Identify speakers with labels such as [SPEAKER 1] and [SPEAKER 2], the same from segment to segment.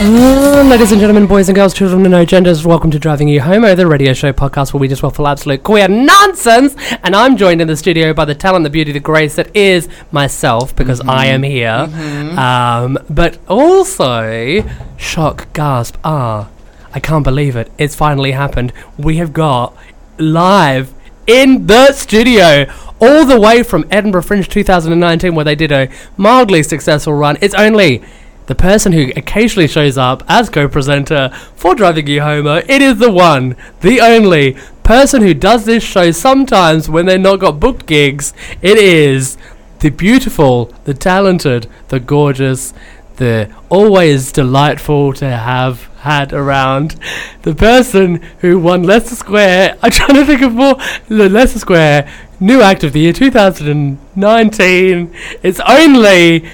[SPEAKER 1] Um, ladies and gentlemen, boys and girls, children of no genders, welcome to Driving You Homo, the radio show podcast where we just waffle absolute queer nonsense. And I'm joined in the studio by the talent, the beauty, the grace that is myself, because I am here. Um, but also, shock, gasp, ah, I can't believe it. It's finally happened. We have got live in the studio. All the way from Edinburgh Fringe 2019, where they did a mildly successful run. It's only the person who occasionally shows up as co-presenter for Driving You Homo, it is the one, the only person who does this show sometimes when they're not got booked gigs. It is the beautiful, the talented, the gorgeous, the always delightful to have had around the person who won Leicester Square. I'm trying to think of more. The Leicester Square New Act of the Year 2019. It's only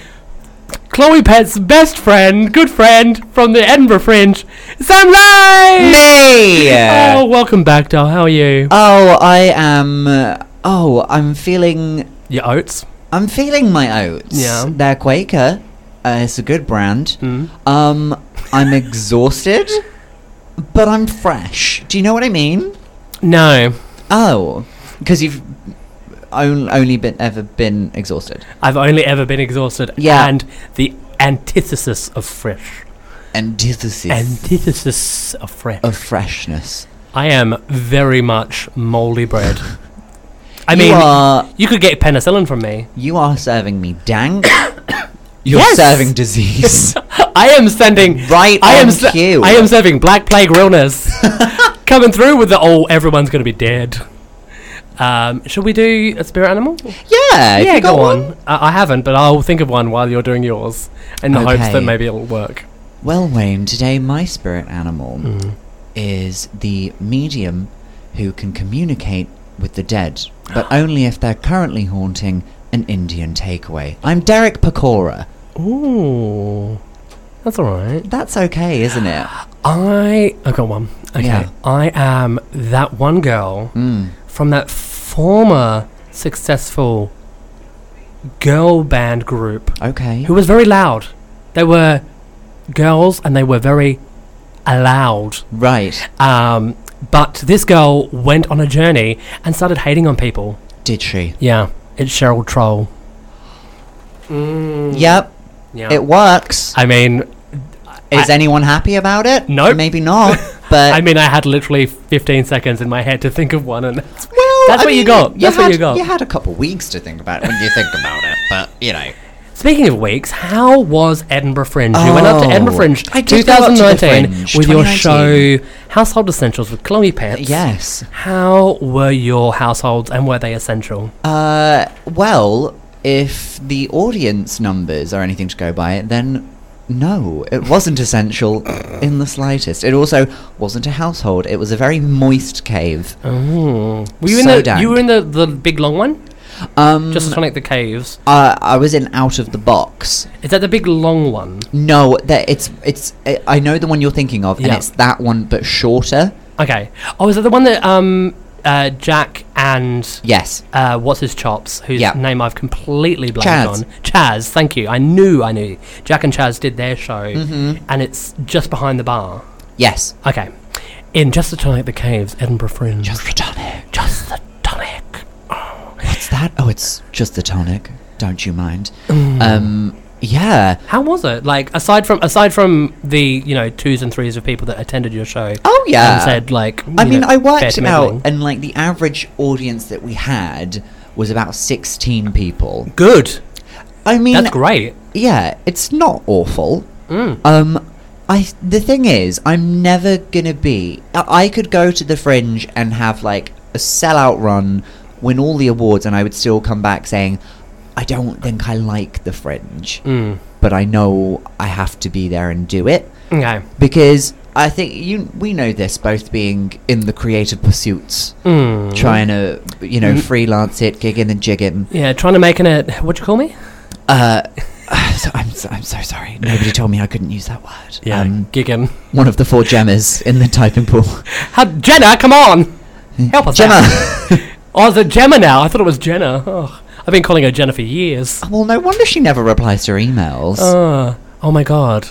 [SPEAKER 1] Chloe Pett's best friend, good friend from the Edinburgh Fringe, Sam Ray!
[SPEAKER 2] Me!
[SPEAKER 1] Oh, welcome back, doll. How are you?
[SPEAKER 2] Oh, I am. Oh, I'm feeling.
[SPEAKER 1] Your oats.
[SPEAKER 2] I'm feeling my oats.
[SPEAKER 1] Yeah.
[SPEAKER 2] They're Quaker. Uh, it's a good brand.
[SPEAKER 1] Mm.
[SPEAKER 2] Um, I'm exhausted, but I'm fresh. Do you know what I mean?
[SPEAKER 1] No,
[SPEAKER 2] Oh, because you've on- only been ever been exhausted
[SPEAKER 1] I've only ever been exhausted.
[SPEAKER 2] Yeah.
[SPEAKER 1] And the antithesis of fresh.
[SPEAKER 2] antithesis
[SPEAKER 1] Antithesis of fresh.
[SPEAKER 2] of freshness.
[SPEAKER 1] I am very much moldy bread. I
[SPEAKER 2] you
[SPEAKER 1] mean,
[SPEAKER 2] are
[SPEAKER 1] you could get penicillin from me.
[SPEAKER 2] you are serving me dank. You're
[SPEAKER 1] Yes!
[SPEAKER 2] serving disease.
[SPEAKER 1] I am sending
[SPEAKER 2] Right
[SPEAKER 1] I am
[SPEAKER 2] on
[SPEAKER 1] se-
[SPEAKER 2] cue.
[SPEAKER 1] I am serving black plague realness. Coming through with the oh, everyone's going to be dead. Um, should we do a spirit animal?
[SPEAKER 2] Yeah. have
[SPEAKER 1] yeah,
[SPEAKER 2] Uh, you
[SPEAKER 1] go
[SPEAKER 2] got one?
[SPEAKER 1] on. I, I haven't, but I'll think of one while you're doing yours, in the hopes that
[SPEAKER 2] Okay.
[SPEAKER 1] maybe it'll work.
[SPEAKER 2] Well, Wayne, today my spirit animal is the medium who can communicate with the dead, but only if they're currently haunting an Indian takeaway. I'm Derek Pecora.
[SPEAKER 1] Ooh, that's all right.
[SPEAKER 2] That's okay, isn't it?
[SPEAKER 1] I I got one. Okay,
[SPEAKER 2] Yeah.
[SPEAKER 1] I am that one girl
[SPEAKER 2] Mm.
[SPEAKER 1] from that former successful girl band group
[SPEAKER 2] Okay.
[SPEAKER 1] who was very loud. They were girls and they were very loud.
[SPEAKER 2] Right.
[SPEAKER 1] Um, but this girl went on a journey and started hating on people.
[SPEAKER 2] Did she?
[SPEAKER 1] Yeah, it's Cheryl Troll. Mm.
[SPEAKER 2] Yep.
[SPEAKER 1] Yeah.
[SPEAKER 2] It works.
[SPEAKER 1] I mean,
[SPEAKER 2] is anyone happy about it?
[SPEAKER 1] Nope.
[SPEAKER 2] Maybe not. But
[SPEAKER 1] I mean, I had literally 15 seconds in my head to think of one, and that's,
[SPEAKER 2] well,
[SPEAKER 1] that's
[SPEAKER 2] I
[SPEAKER 1] what you
[SPEAKER 2] mean,
[SPEAKER 1] got. That's
[SPEAKER 2] had,
[SPEAKER 1] what you got.
[SPEAKER 2] You had a couple weeks to think about it when you think about it, but you know.
[SPEAKER 1] Speaking of weeks, how was Edinburgh Fringe? You went up to
[SPEAKER 2] Oh,
[SPEAKER 1] Edinburgh Fringe
[SPEAKER 2] I did go up to the
[SPEAKER 1] 2019
[SPEAKER 2] Fringe,
[SPEAKER 1] with your
[SPEAKER 2] 2019.
[SPEAKER 1] show Household Essentials with Chloe Pitts.
[SPEAKER 2] Yes.
[SPEAKER 1] How were your households and were they essential?
[SPEAKER 2] Uh, well, if the audience numbers are anything to go by, then no, it wasn't essential in the slightest. It also wasn't a household. It was a very moist cave.
[SPEAKER 1] Oh. Were you in
[SPEAKER 2] Mm. So
[SPEAKER 1] the
[SPEAKER 2] dank.
[SPEAKER 1] you were in the, the big long one?
[SPEAKER 2] Um,
[SPEAKER 1] Just Sonic the Caves.
[SPEAKER 2] uh, I was in out of the box.
[SPEAKER 1] Is that the big long one?
[SPEAKER 2] No, that it's it's. I I know the one you're thinking of, and
[SPEAKER 1] Yeah.
[SPEAKER 2] it's that one, but shorter.
[SPEAKER 1] Okay. Oh, is that the one that um uh, Jack and
[SPEAKER 2] Yes.
[SPEAKER 1] uh, what's his chops, whose
[SPEAKER 2] Yeah.
[SPEAKER 1] name I've completely blanked
[SPEAKER 2] Chaz.
[SPEAKER 1] on. Chaz, thank you. I knew, I knew. Jack and Chaz did their show,
[SPEAKER 2] Mm-hmm.
[SPEAKER 1] and it's just behind the bar.
[SPEAKER 2] Yes.
[SPEAKER 1] Okay. In Just the Tonic, The Caves, Edinburgh Fringe.
[SPEAKER 2] Just the tonic.
[SPEAKER 1] Just the Tonic.
[SPEAKER 2] What's that? Oh, it's just the tonic. Don't you mind? Um. Yeah.
[SPEAKER 1] How was it? Like aside from aside from the you know twos and threes of people that attended your show.
[SPEAKER 2] Oh, yeah.
[SPEAKER 1] And said like.
[SPEAKER 2] I
[SPEAKER 1] you
[SPEAKER 2] mean,
[SPEAKER 1] know,
[SPEAKER 2] I
[SPEAKER 1] fair
[SPEAKER 2] worked
[SPEAKER 1] to
[SPEAKER 2] it out,
[SPEAKER 1] meddling.
[SPEAKER 2] and like the average audience that we had was about 16 people.
[SPEAKER 1] Good.
[SPEAKER 2] I mean,
[SPEAKER 1] That's great. Mm.
[SPEAKER 2] yeah, it's not awful. Um, I the thing is, I'm never gonna be. I, I could go to the Fringe and have like a sellout run, win all the awards, and I would still come back saying, I don't think I like the Fringe,
[SPEAKER 1] Mm.
[SPEAKER 2] but I know I have to be there and do it
[SPEAKER 1] Okay.
[SPEAKER 2] because. I think you we know this both being in the creative pursuits
[SPEAKER 1] Mm.
[SPEAKER 2] trying to you know freelance it, gigging and jigging.
[SPEAKER 1] Yeah, trying to make an. A, what do you call me?
[SPEAKER 2] Uh, so I'm so, I'm so sorry. Nobody told me I couldn't use that word.
[SPEAKER 1] Um, gigging.
[SPEAKER 2] one of the four Gemmas in the typing pool.
[SPEAKER 1] How, Jenna, come on,
[SPEAKER 2] Hmm.
[SPEAKER 1] help us.
[SPEAKER 2] Gemma.
[SPEAKER 1] out. Oh, is it Gemma now? I thought it was Jenna. Oh, I've been calling her Jenna for years.
[SPEAKER 2] well, no wonder she never replies to her emails.
[SPEAKER 1] Uh, oh my god.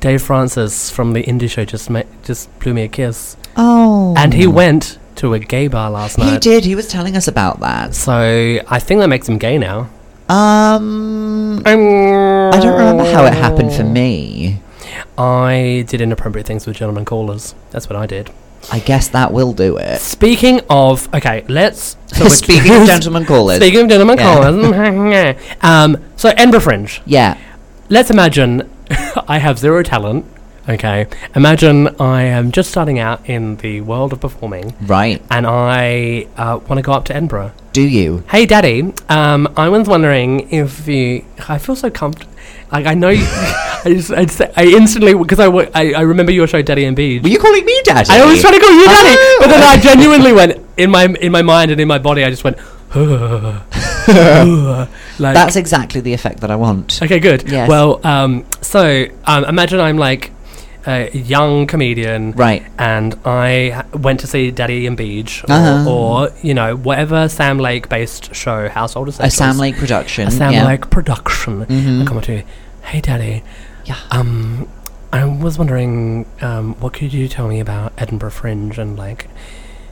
[SPEAKER 1] Dave Francis from the indie show just ma- just blew me a kiss,
[SPEAKER 2] Oh.
[SPEAKER 1] and he went to a gay bar last
[SPEAKER 2] He
[SPEAKER 1] night.
[SPEAKER 2] did. He was telling us about that.
[SPEAKER 1] So I think that makes him gay now.
[SPEAKER 2] Um, I
[SPEAKER 1] I
[SPEAKER 2] don't remember how it happened for me.
[SPEAKER 1] I did inappropriate things with gentlemen callers. That's what I did.
[SPEAKER 2] I guess that will do it.
[SPEAKER 1] Speaking of, okay, let's. so we're-
[SPEAKER 2] Speaking of gentlemen callers,
[SPEAKER 1] Speaking of gentlemen
[SPEAKER 2] Yeah.
[SPEAKER 1] callers. um, so Edinburgh Fringe.
[SPEAKER 2] yeah,
[SPEAKER 1] Let's imagine I have zero talent. Okay. Imagine I am just starting out in the world of performing,
[SPEAKER 2] right.
[SPEAKER 1] and I uh, want to go up to Edinburgh.
[SPEAKER 2] Do you?
[SPEAKER 1] Hey, Daddy. Um, I was wondering if you. I feel so comfortable. Like I know. You, I just. I'd say, I instantly because I, wo- I I remember your show, Daddy and Beach.
[SPEAKER 2] Were you calling me daddy?
[SPEAKER 1] I always try to call you daddy,
[SPEAKER 2] Oh.
[SPEAKER 1] but then I genuinely went in my in my mind and in my body. I just went, like
[SPEAKER 2] That's exactly the effect that I want.
[SPEAKER 1] okay, good.
[SPEAKER 2] Yes.
[SPEAKER 1] Well, um, so um, imagine I'm like a young comedian,
[SPEAKER 2] Right.
[SPEAKER 1] and I h- went to see Daddy and Beach, or,
[SPEAKER 2] Uh-huh.
[SPEAKER 1] or you know whatever Sam Lake based show, Household
[SPEAKER 2] A
[SPEAKER 1] Essentials,
[SPEAKER 2] Sam Lake production.
[SPEAKER 1] a Sam
[SPEAKER 2] yeah. Mm-hmm.
[SPEAKER 1] Lake production. I come up to you, hey, Daddy.
[SPEAKER 2] Yeah.
[SPEAKER 1] Um, I was wondering, um, what could you tell me about Edinburgh Fringe and like,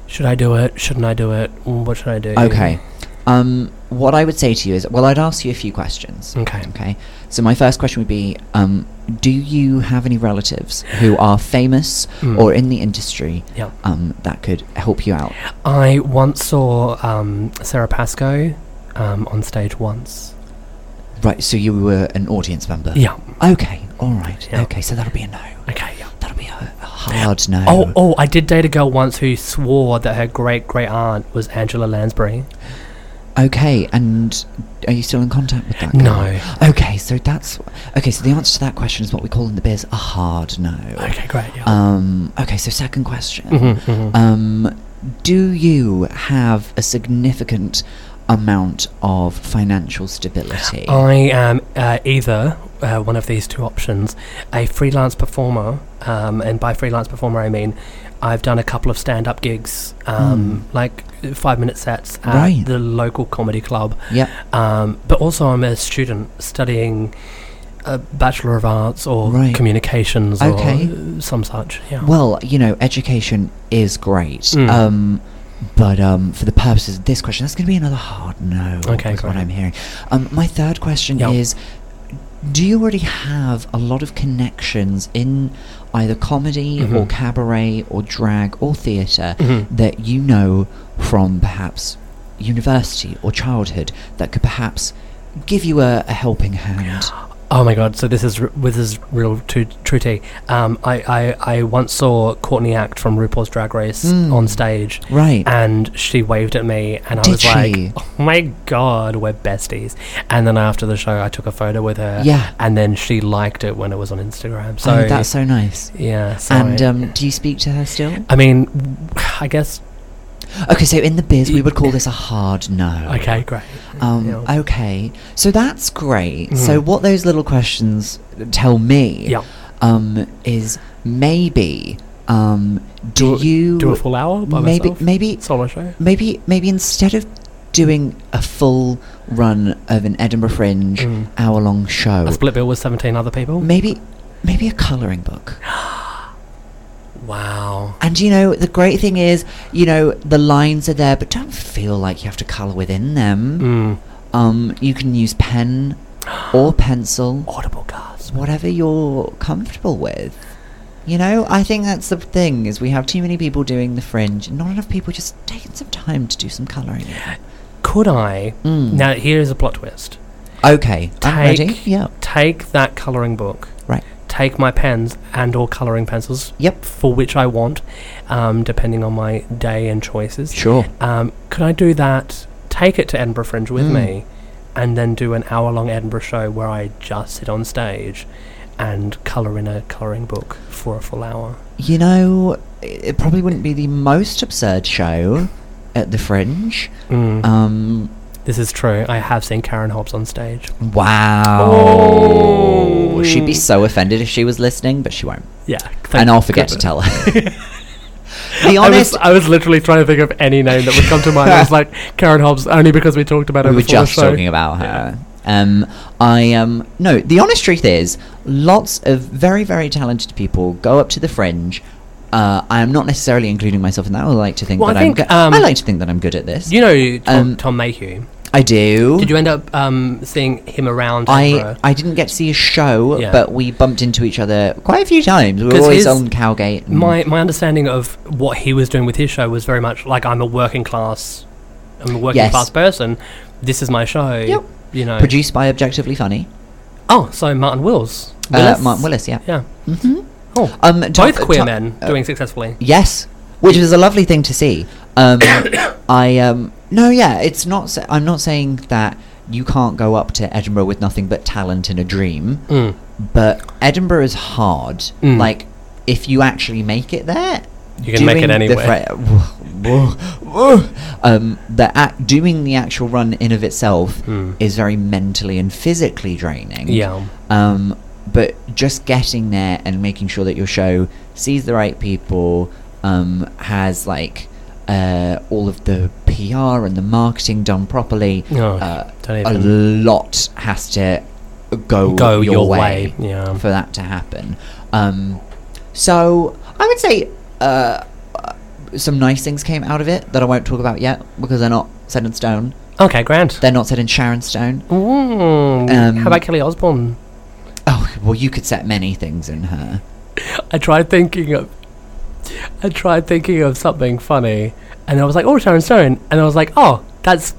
[SPEAKER 1] should I do it? Shouldn't I do it? Mm, What should I do?
[SPEAKER 2] Okay. Um, what I would say to you is, well, I'd ask you a few questions.
[SPEAKER 1] Okay.
[SPEAKER 2] Okay. So my first question would be, um, do you have any relatives who are famous
[SPEAKER 1] Mm.
[SPEAKER 2] or in the industry
[SPEAKER 1] Yeah.
[SPEAKER 2] um, that could help you out?
[SPEAKER 1] I once saw um, Sarah Pascoe um, on stage once.
[SPEAKER 2] Right. So you were an audience member.
[SPEAKER 1] Yeah.
[SPEAKER 2] Okay. All right.
[SPEAKER 1] Yeah.
[SPEAKER 2] Okay. So that'll be a no.
[SPEAKER 1] Okay. Yeah.
[SPEAKER 2] That'll be a, a hard no.
[SPEAKER 1] Oh, oh! I did date a girl once who swore that her great great aunt was Angela Lansbury.
[SPEAKER 2] Okay. And are you still in contact with that? Girl?
[SPEAKER 1] No.
[SPEAKER 2] Okay. So that's okay. So the answer to that question is what we call in the biz a hard no.
[SPEAKER 1] Okay, great. Yeah.
[SPEAKER 2] Um, okay, so second question.
[SPEAKER 1] Mhm, mhm.
[SPEAKER 2] Um, do you have a significant amount of financial stability?
[SPEAKER 1] I am uh, either uh, one of these two options a freelance performer, um, and by freelance performer, I mean I've done a couple of stand up gigs, um, like five minute sets at
[SPEAKER 2] Hmm. Right.
[SPEAKER 1] the local comedy club.
[SPEAKER 2] Yep.
[SPEAKER 1] Um, but also, I'm a student studying a Bachelor of Arts or
[SPEAKER 2] Right.
[SPEAKER 1] communications
[SPEAKER 2] Okay.
[SPEAKER 1] or some such. Yeah.
[SPEAKER 2] Well, you know, education is great.
[SPEAKER 1] Mm.
[SPEAKER 2] Um, but um, for the purposes of this question, that's going to be another hard no.
[SPEAKER 1] Okay,
[SPEAKER 2] is what
[SPEAKER 1] great.
[SPEAKER 2] I'm hearing. Um, my third question
[SPEAKER 1] Yeah.
[SPEAKER 2] is: Do you already have a lot of connections in either comedy or
[SPEAKER 1] Mhm.
[SPEAKER 2] cabaret or drag or theatre
[SPEAKER 1] Mhm.
[SPEAKER 2] that you know from perhaps university or childhood that could perhaps give you a, a helping hand?
[SPEAKER 1] Oh my god! So this is r- this is real true true tea. Um, I, I I once saw Courtney Act from RuPaul's Drag Race
[SPEAKER 2] Mm.
[SPEAKER 1] on stage,
[SPEAKER 2] Right.
[SPEAKER 1] and she waved at me, and I
[SPEAKER 2] Did
[SPEAKER 1] was like,
[SPEAKER 2] she?
[SPEAKER 1] "Oh my god, we're besties!" And then after the show, I took a photo with her.
[SPEAKER 2] Yeah.
[SPEAKER 1] and then she liked it when it was on Instagram. So
[SPEAKER 2] oh, that's so nice.
[SPEAKER 1] yeah. So
[SPEAKER 2] And
[SPEAKER 1] I,
[SPEAKER 2] um, do you speak to her still?
[SPEAKER 1] I mean, I guess
[SPEAKER 2] Okay, so in the biz,
[SPEAKER 1] Y-
[SPEAKER 2] we would call this a hard no.
[SPEAKER 1] okay, great.
[SPEAKER 2] Um,
[SPEAKER 1] yeah.
[SPEAKER 2] Okay, so that's great.
[SPEAKER 1] Mhm.
[SPEAKER 2] So what those little questions tell me
[SPEAKER 1] Yeah,
[SPEAKER 2] um, is maybe um, do,
[SPEAKER 1] Do-
[SPEAKER 2] you
[SPEAKER 1] do a full hour by
[SPEAKER 2] maybe
[SPEAKER 1] myself.
[SPEAKER 2] maybe
[SPEAKER 1] Solo show.
[SPEAKER 2] maybe maybe instead of doing a full run of an Edinburgh Fringe
[SPEAKER 1] Mm.
[SPEAKER 2] hour long show,
[SPEAKER 1] A split bill with seventeen other people.
[SPEAKER 2] maybe maybe a colouring book.
[SPEAKER 1] Wow.
[SPEAKER 2] And you know, the great thing is, you know, the lines are there, but don't feel like you have to colour within them.
[SPEAKER 1] Mm.
[SPEAKER 2] Um, you can use pen or pencil,
[SPEAKER 1] Audible gasp.
[SPEAKER 2] whatever you're comfortable with. You know, I think that's the thing is we have too many people doing the fringe, not enough people just taking some time to do some colouring.
[SPEAKER 1] Could I?
[SPEAKER 2] Mm.
[SPEAKER 1] Now here is a plot twist.
[SPEAKER 2] Okay, I'm
[SPEAKER 1] Take-
[SPEAKER 2] ready. Yeah,
[SPEAKER 1] Take that colouring book.
[SPEAKER 2] right.
[SPEAKER 1] Take my pens and or colouring pencils.
[SPEAKER 2] Yep.
[SPEAKER 1] For which I want, um, depending on my day and choices.
[SPEAKER 2] Sure.
[SPEAKER 1] Um, could I do that? Take it to Edinburgh Fringe with
[SPEAKER 2] Mm.
[SPEAKER 1] me, and then do an hour-long Edinburgh show where I just sit on stage and colour in a colouring book for a full hour.
[SPEAKER 2] You know, it it probably wouldn't be the most absurd show at the fringe.
[SPEAKER 1] Mm.
[SPEAKER 2] Um,
[SPEAKER 1] this is true. I have seen Karen Hobbs on stage.
[SPEAKER 2] wow.
[SPEAKER 1] Oh.
[SPEAKER 2] She'd be so offended if she was listening, but she won't.
[SPEAKER 1] Yeah.
[SPEAKER 2] and I'll forget to tell her. the honest,
[SPEAKER 1] I was, I was literally trying to think of any name that would come to mind. I was like Karen Hobbs, only because we talked about her
[SPEAKER 2] we were
[SPEAKER 1] before
[SPEAKER 2] just
[SPEAKER 1] the show.
[SPEAKER 2] talking about her. Um, I um, no. The honest truth is, lots of very very talented people go up to the fringe. Uh, I am not necessarily including myself in that. I like to think
[SPEAKER 1] Well,
[SPEAKER 2] that
[SPEAKER 1] I
[SPEAKER 2] I am.
[SPEAKER 1] think,
[SPEAKER 2] Go-
[SPEAKER 1] um,
[SPEAKER 2] I like to think that I'm good at this.
[SPEAKER 1] You know Tom,
[SPEAKER 2] Um,
[SPEAKER 1] Tom Mayhew.
[SPEAKER 2] I do.
[SPEAKER 1] Did you end up um, seeing him around?
[SPEAKER 2] I
[SPEAKER 1] Edinburgh?
[SPEAKER 2] I didn't get to see a show,
[SPEAKER 1] Yeah.
[SPEAKER 2] but we bumped into each other quite a few times. We were
[SPEAKER 1] 'Cause
[SPEAKER 2] always
[SPEAKER 1] his-
[SPEAKER 2] on Cowgate. and-
[SPEAKER 1] my my understanding of what he was doing with his show was very much like I'm a working class, I'm a working
[SPEAKER 2] Yes.
[SPEAKER 1] class person. This is my show.
[SPEAKER 2] Yep.
[SPEAKER 1] You know.
[SPEAKER 2] produced by Objectively Funny.
[SPEAKER 1] oh, so Martin Wills.
[SPEAKER 2] Uh,
[SPEAKER 1] Willis?
[SPEAKER 2] Martin Willis, yeah.
[SPEAKER 1] Yeah.
[SPEAKER 2] hmm
[SPEAKER 1] Oh,
[SPEAKER 2] Um,
[SPEAKER 1] both
[SPEAKER 2] Tom-
[SPEAKER 1] queer
[SPEAKER 2] Tom-
[SPEAKER 1] men
[SPEAKER 2] uh,
[SPEAKER 1] doing successfully.
[SPEAKER 2] Yes, which was a lovely thing to see. Um, I um, no, yeah, it's not. s I'm not saying that you can't go up to Edinburgh with nothing but talent and a dream,
[SPEAKER 1] Mm.
[SPEAKER 2] but Edinburgh is hard.
[SPEAKER 1] Mm.
[SPEAKER 2] Like, if you actually make it there,
[SPEAKER 1] You can make it
[SPEAKER 2] doing the
[SPEAKER 1] anyway.
[SPEAKER 2] fra- whoa, whoa, whoa. um, the act, doing the actual run in of itself
[SPEAKER 1] Mm.
[SPEAKER 2] is very mentally and physically draining.
[SPEAKER 1] Yeah.
[SPEAKER 2] Um, but just getting there and making sure that your show sees the right people, um, has like uh, all of the PR and the marketing done properly.
[SPEAKER 1] Oh,
[SPEAKER 2] uh,
[SPEAKER 1] don't
[SPEAKER 2] a
[SPEAKER 1] even
[SPEAKER 2] lot has to go,
[SPEAKER 1] go
[SPEAKER 2] your, way,
[SPEAKER 1] Yeah.
[SPEAKER 2] for that to happen. Um, so I would say uh, uh, some nice things came out of it that I won't talk about yet because they're not set in stone.
[SPEAKER 1] Okay, grand.
[SPEAKER 2] They're not set in Sharon Stone.
[SPEAKER 1] Mm.
[SPEAKER 2] Um,
[SPEAKER 1] How about Kelly Osbourne?
[SPEAKER 2] Oh well, you could set many things in her.
[SPEAKER 1] I tried thinking of, I tried thinking of something funny, and I was like, oh, Sharon Stone, and I was like, oh, that's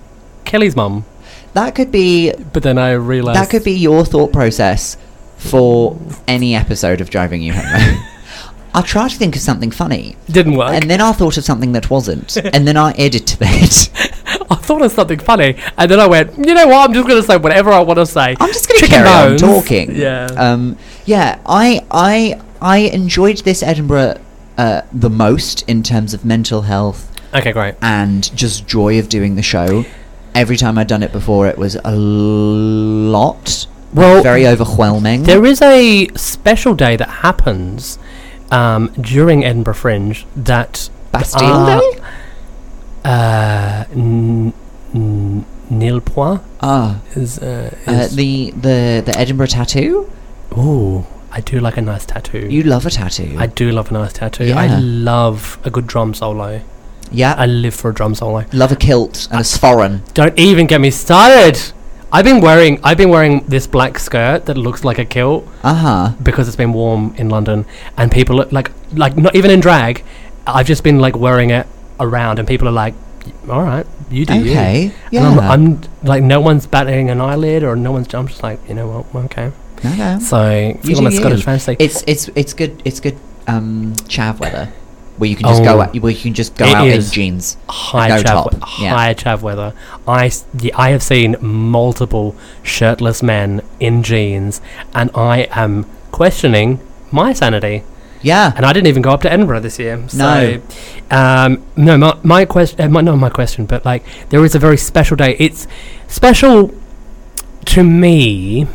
[SPEAKER 1] Kelly's mum.
[SPEAKER 2] That could be
[SPEAKER 1] But then I realized
[SPEAKER 2] that could be your thought process for any episode of Driving You Home. I tried to think of something funny,
[SPEAKER 1] didn't work.
[SPEAKER 2] and then I thought of something that wasn't, and then I edited it.
[SPEAKER 1] I thought of something funny, and then I went, you know what? I'm just gonna say whatever I want to say.
[SPEAKER 2] I'm just going to
[SPEAKER 1] Chicken
[SPEAKER 2] carry on
[SPEAKER 1] bones.
[SPEAKER 2] talking.
[SPEAKER 1] Yeah.
[SPEAKER 2] Um. Yeah. I. I. I enjoyed this Edinburgh uh, the most in terms of mental health
[SPEAKER 1] Okay, great.
[SPEAKER 2] and just joy of doing the show. Every time I'd done it before, it was a lot,
[SPEAKER 1] Well,
[SPEAKER 2] very overwhelming.
[SPEAKER 1] Oh. There is a special day that happens um, during Edinburgh Fringe that
[SPEAKER 2] Bastille
[SPEAKER 1] Ah.
[SPEAKER 2] Day.
[SPEAKER 1] uh, n- n- Neil Poix
[SPEAKER 2] Ah.
[SPEAKER 1] is. Uh,
[SPEAKER 2] Uh,
[SPEAKER 1] is
[SPEAKER 2] the the the Edinburgh tattoo.
[SPEAKER 1] ooh, I do like a nice tattoo.
[SPEAKER 2] You love a tattoo.
[SPEAKER 1] I do love a nice tattoo. I
[SPEAKER 2] Yeah.
[SPEAKER 1] love a good drum solo.
[SPEAKER 2] yeah.
[SPEAKER 1] I live for a drum solo.
[SPEAKER 2] love a kilt and a sforeign.
[SPEAKER 1] Don't even get me started. I've been wearing I've been wearing this black skirt that looks like a kilt
[SPEAKER 2] Uh huh.
[SPEAKER 1] because it's been warm in London, and people look like like not even in drag. I've just been like wearing it around, and people are like, "All right, you do you."
[SPEAKER 2] Okay.
[SPEAKER 1] And
[SPEAKER 2] Yeah.
[SPEAKER 1] I'm, I'm like, no one's batting an eyelid, or no one's. I'm just like, you know what? well, Okay.
[SPEAKER 2] No, no.
[SPEAKER 1] So
[SPEAKER 2] You
[SPEAKER 1] feel my
[SPEAKER 2] do you.
[SPEAKER 1] Scottish fancy.
[SPEAKER 2] It's it's it's good it's good um chav weather where you can just go
[SPEAKER 1] Oh.
[SPEAKER 2] out where you can just go
[SPEAKER 1] It
[SPEAKER 2] out
[SPEAKER 1] is.
[SPEAKER 2] in jeans.
[SPEAKER 1] high
[SPEAKER 2] no
[SPEAKER 1] chav,
[SPEAKER 2] top, yeah.
[SPEAKER 1] high chav weather. I s- y- I have seen multiple shirtless men in jeans, and I am questioning my sanity.
[SPEAKER 2] Yeah.
[SPEAKER 1] and I didn't even go up to Edinburgh this year. So,
[SPEAKER 2] No.
[SPEAKER 1] um, no, my, my question, uh, my, not my question, but like there is a very special day. It's special to me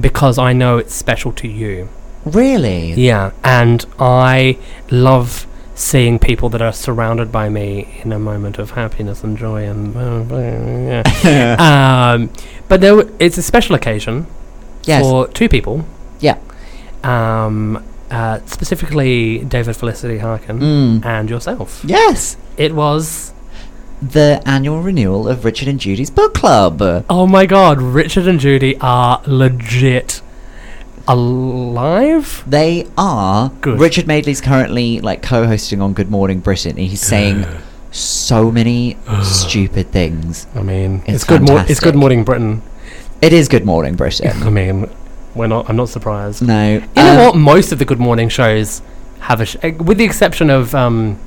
[SPEAKER 1] because I know it's special to you.
[SPEAKER 2] Really.
[SPEAKER 1] Yeah, and I love seeing people that are surrounded by me in a moment of happiness and joy and yeah. um, but there, w- it's a special occasion
[SPEAKER 2] Yes.
[SPEAKER 1] for two people.
[SPEAKER 2] Yeah.
[SPEAKER 1] Um, uh, specifically, David Felicity Harkin
[SPEAKER 2] Mm.
[SPEAKER 1] and yourself.
[SPEAKER 2] Yes.
[SPEAKER 1] It was.
[SPEAKER 2] The annual renewal of Richard and Judy's book club.
[SPEAKER 1] Oh my god, Richard and Judy are legit alive?
[SPEAKER 2] They are
[SPEAKER 1] Good.
[SPEAKER 2] Richard Madeley's currently like co-hosting on Good Morning Britain. and He's saying so many stupid things.
[SPEAKER 1] I mean, it's,
[SPEAKER 2] It's
[SPEAKER 1] good. Mor- it's
[SPEAKER 2] fantastic.
[SPEAKER 1] good morning, Britain.
[SPEAKER 2] It is Good Morning Britain.
[SPEAKER 1] I mean, we're not. I'm not surprised.
[SPEAKER 2] No.
[SPEAKER 1] You
[SPEAKER 2] um,
[SPEAKER 1] know what? Most of the Good Morning shows have a, sh- eh, with the exception of um,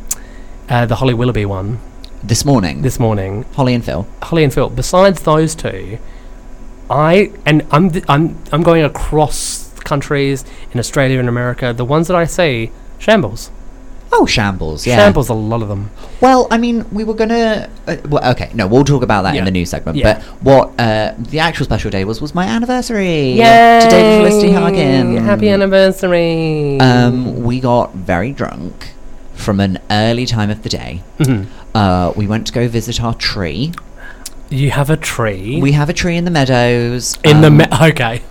[SPEAKER 1] uh, the Holly Willoughby one
[SPEAKER 2] This morning,
[SPEAKER 1] this morning.
[SPEAKER 2] Holly and Phil.
[SPEAKER 1] Holly and Phil. Besides those two, I and I'm th- I'm I'm going across countries in Australia and America. The ones that I see, shambles.
[SPEAKER 2] Oh, shambles. Yeah.
[SPEAKER 1] Shambles. A lot of them.
[SPEAKER 2] Well, I mean, we were gonna. Uh, well, okay, no, we'll talk about that
[SPEAKER 1] Yeah.
[SPEAKER 2] in the news segment.
[SPEAKER 1] Yeah.
[SPEAKER 2] But what uh, the actual special day was was my anniversary.
[SPEAKER 1] Yeah.
[SPEAKER 2] To David Felicity Harkin.
[SPEAKER 1] Happy anniversary.
[SPEAKER 2] Um, we got very drunk from an early time of the day.
[SPEAKER 1] Mhm.
[SPEAKER 2] Uh, we went to go visit our tree.
[SPEAKER 1] You have a tree
[SPEAKER 2] We have a tree in the meadows.
[SPEAKER 1] in the
[SPEAKER 2] um,
[SPEAKER 1] me- okay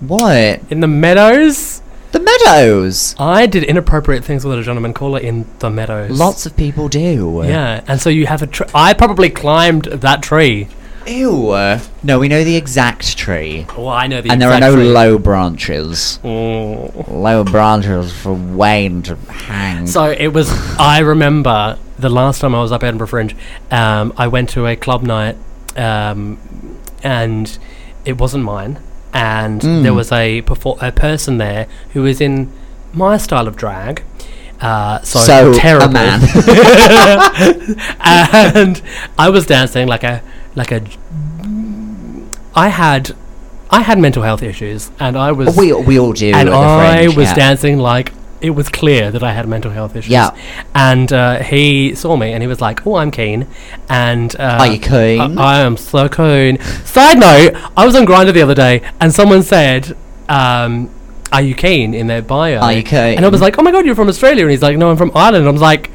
[SPEAKER 2] what?
[SPEAKER 1] in the meadows.
[SPEAKER 2] The meadows.
[SPEAKER 1] I did inappropriate things with a gentleman caller in the meadows.
[SPEAKER 2] Lots of people do.
[SPEAKER 1] Yeah, and so you have a tree. I probably climbed that tree.
[SPEAKER 2] Ew. No, we know the exact tree,
[SPEAKER 1] Well, I know the
[SPEAKER 2] and there are
[SPEAKER 1] exact
[SPEAKER 2] no
[SPEAKER 1] tree.
[SPEAKER 2] low branches.
[SPEAKER 1] Mm.
[SPEAKER 2] Low branches for Wayne to hang.
[SPEAKER 1] So it was. I remember the last time I was up Edinburgh Fringe. Um, I went to a club night, um, and it wasn't mine. And
[SPEAKER 2] Mm.
[SPEAKER 1] there was a perfor- a person there who was in my style of drag. Uh, so,
[SPEAKER 2] So,
[SPEAKER 1] terrible.
[SPEAKER 2] a man.
[SPEAKER 1] and I was dancing like a like a. I had, I had mental health issues, and I was
[SPEAKER 2] we we all do.
[SPEAKER 1] and
[SPEAKER 2] at the
[SPEAKER 1] I
[SPEAKER 2] Fringe,
[SPEAKER 1] was
[SPEAKER 2] yeah.
[SPEAKER 1] dancing like it was clear that I had mental health issues.
[SPEAKER 2] Yeah.
[SPEAKER 1] And uh, he saw me and he was like, "Oh, I'm keen." And uh,
[SPEAKER 2] Are you keen?
[SPEAKER 1] I, I am so keen. Side note: I was on Grinder the other day and someone said, um, "Are you keen?" in their bio.
[SPEAKER 2] Are you keen?
[SPEAKER 1] And I was like, "Oh my god, you're from Australia!" And he's like, "No, I'm from Ireland." And I was like.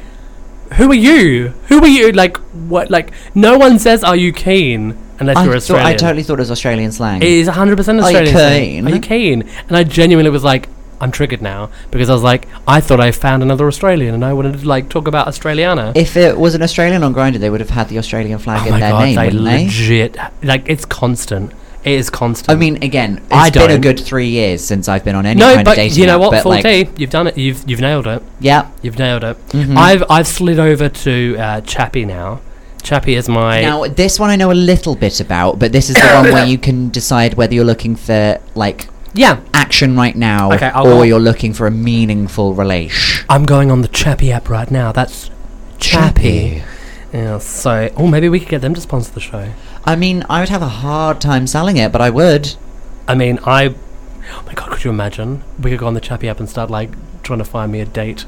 [SPEAKER 1] Who are you? Who are you? Like what? Like no one says, "Are you keen?" Unless
[SPEAKER 2] I,
[SPEAKER 1] you're
[SPEAKER 2] thought,
[SPEAKER 1] Australian.
[SPEAKER 2] I totally thought it was Australian slang.
[SPEAKER 1] It is 100% Australian.
[SPEAKER 2] Are you
[SPEAKER 1] thing.
[SPEAKER 2] keen?
[SPEAKER 1] Are you keen? And I genuinely was like, I'm triggered now because I was like, I thought I found another Australian and I wanted to like talk about Australiana.
[SPEAKER 2] if it was an Australian on Grinder, they would have had the Australian flag
[SPEAKER 1] oh
[SPEAKER 2] in
[SPEAKER 1] my
[SPEAKER 2] their
[SPEAKER 1] god,
[SPEAKER 2] name,
[SPEAKER 1] they
[SPEAKER 2] wouldn't they?
[SPEAKER 1] legit like it's constant. It is
[SPEAKER 2] I
[SPEAKER 1] constant.
[SPEAKER 2] mean, again, it's
[SPEAKER 1] I
[SPEAKER 2] been a
[SPEAKER 1] don't.
[SPEAKER 2] good three years since I've been on any
[SPEAKER 1] no,
[SPEAKER 2] kind of
[SPEAKER 1] but
[SPEAKER 2] dating
[SPEAKER 1] you know
[SPEAKER 2] app,
[SPEAKER 1] what?
[SPEAKER 2] but,
[SPEAKER 1] Full
[SPEAKER 2] like,
[SPEAKER 1] T, you've done it. You've you've nailed it.
[SPEAKER 2] Yeah.
[SPEAKER 1] You've nailed it.
[SPEAKER 2] mhm.
[SPEAKER 1] I've I've slid over to uh, Chappie now. Chappie is my
[SPEAKER 2] Now, this one I know a little bit about, but this is the one where you can decide whether you're looking for like
[SPEAKER 1] yeah.
[SPEAKER 2] action right now,
[SPEAKER 1] Okay, I'll
[SPEAKER 2] or
[SPEAKER 1] go-
[SPEAKER 2] you're looking for a meaningful relation.
[SPEAKER 1] I'm going on the Chappie app right now. That's Chappie. Yeah, so oh maybe we could get them to sponsor the show.
[SPEAKER 2] I mean, I would have a hard time selling it, but I would.
[SPEAKER 1] I mean, I. Oh my god, could you imagine? We could go on the Chappie app and start like trying to find me a date,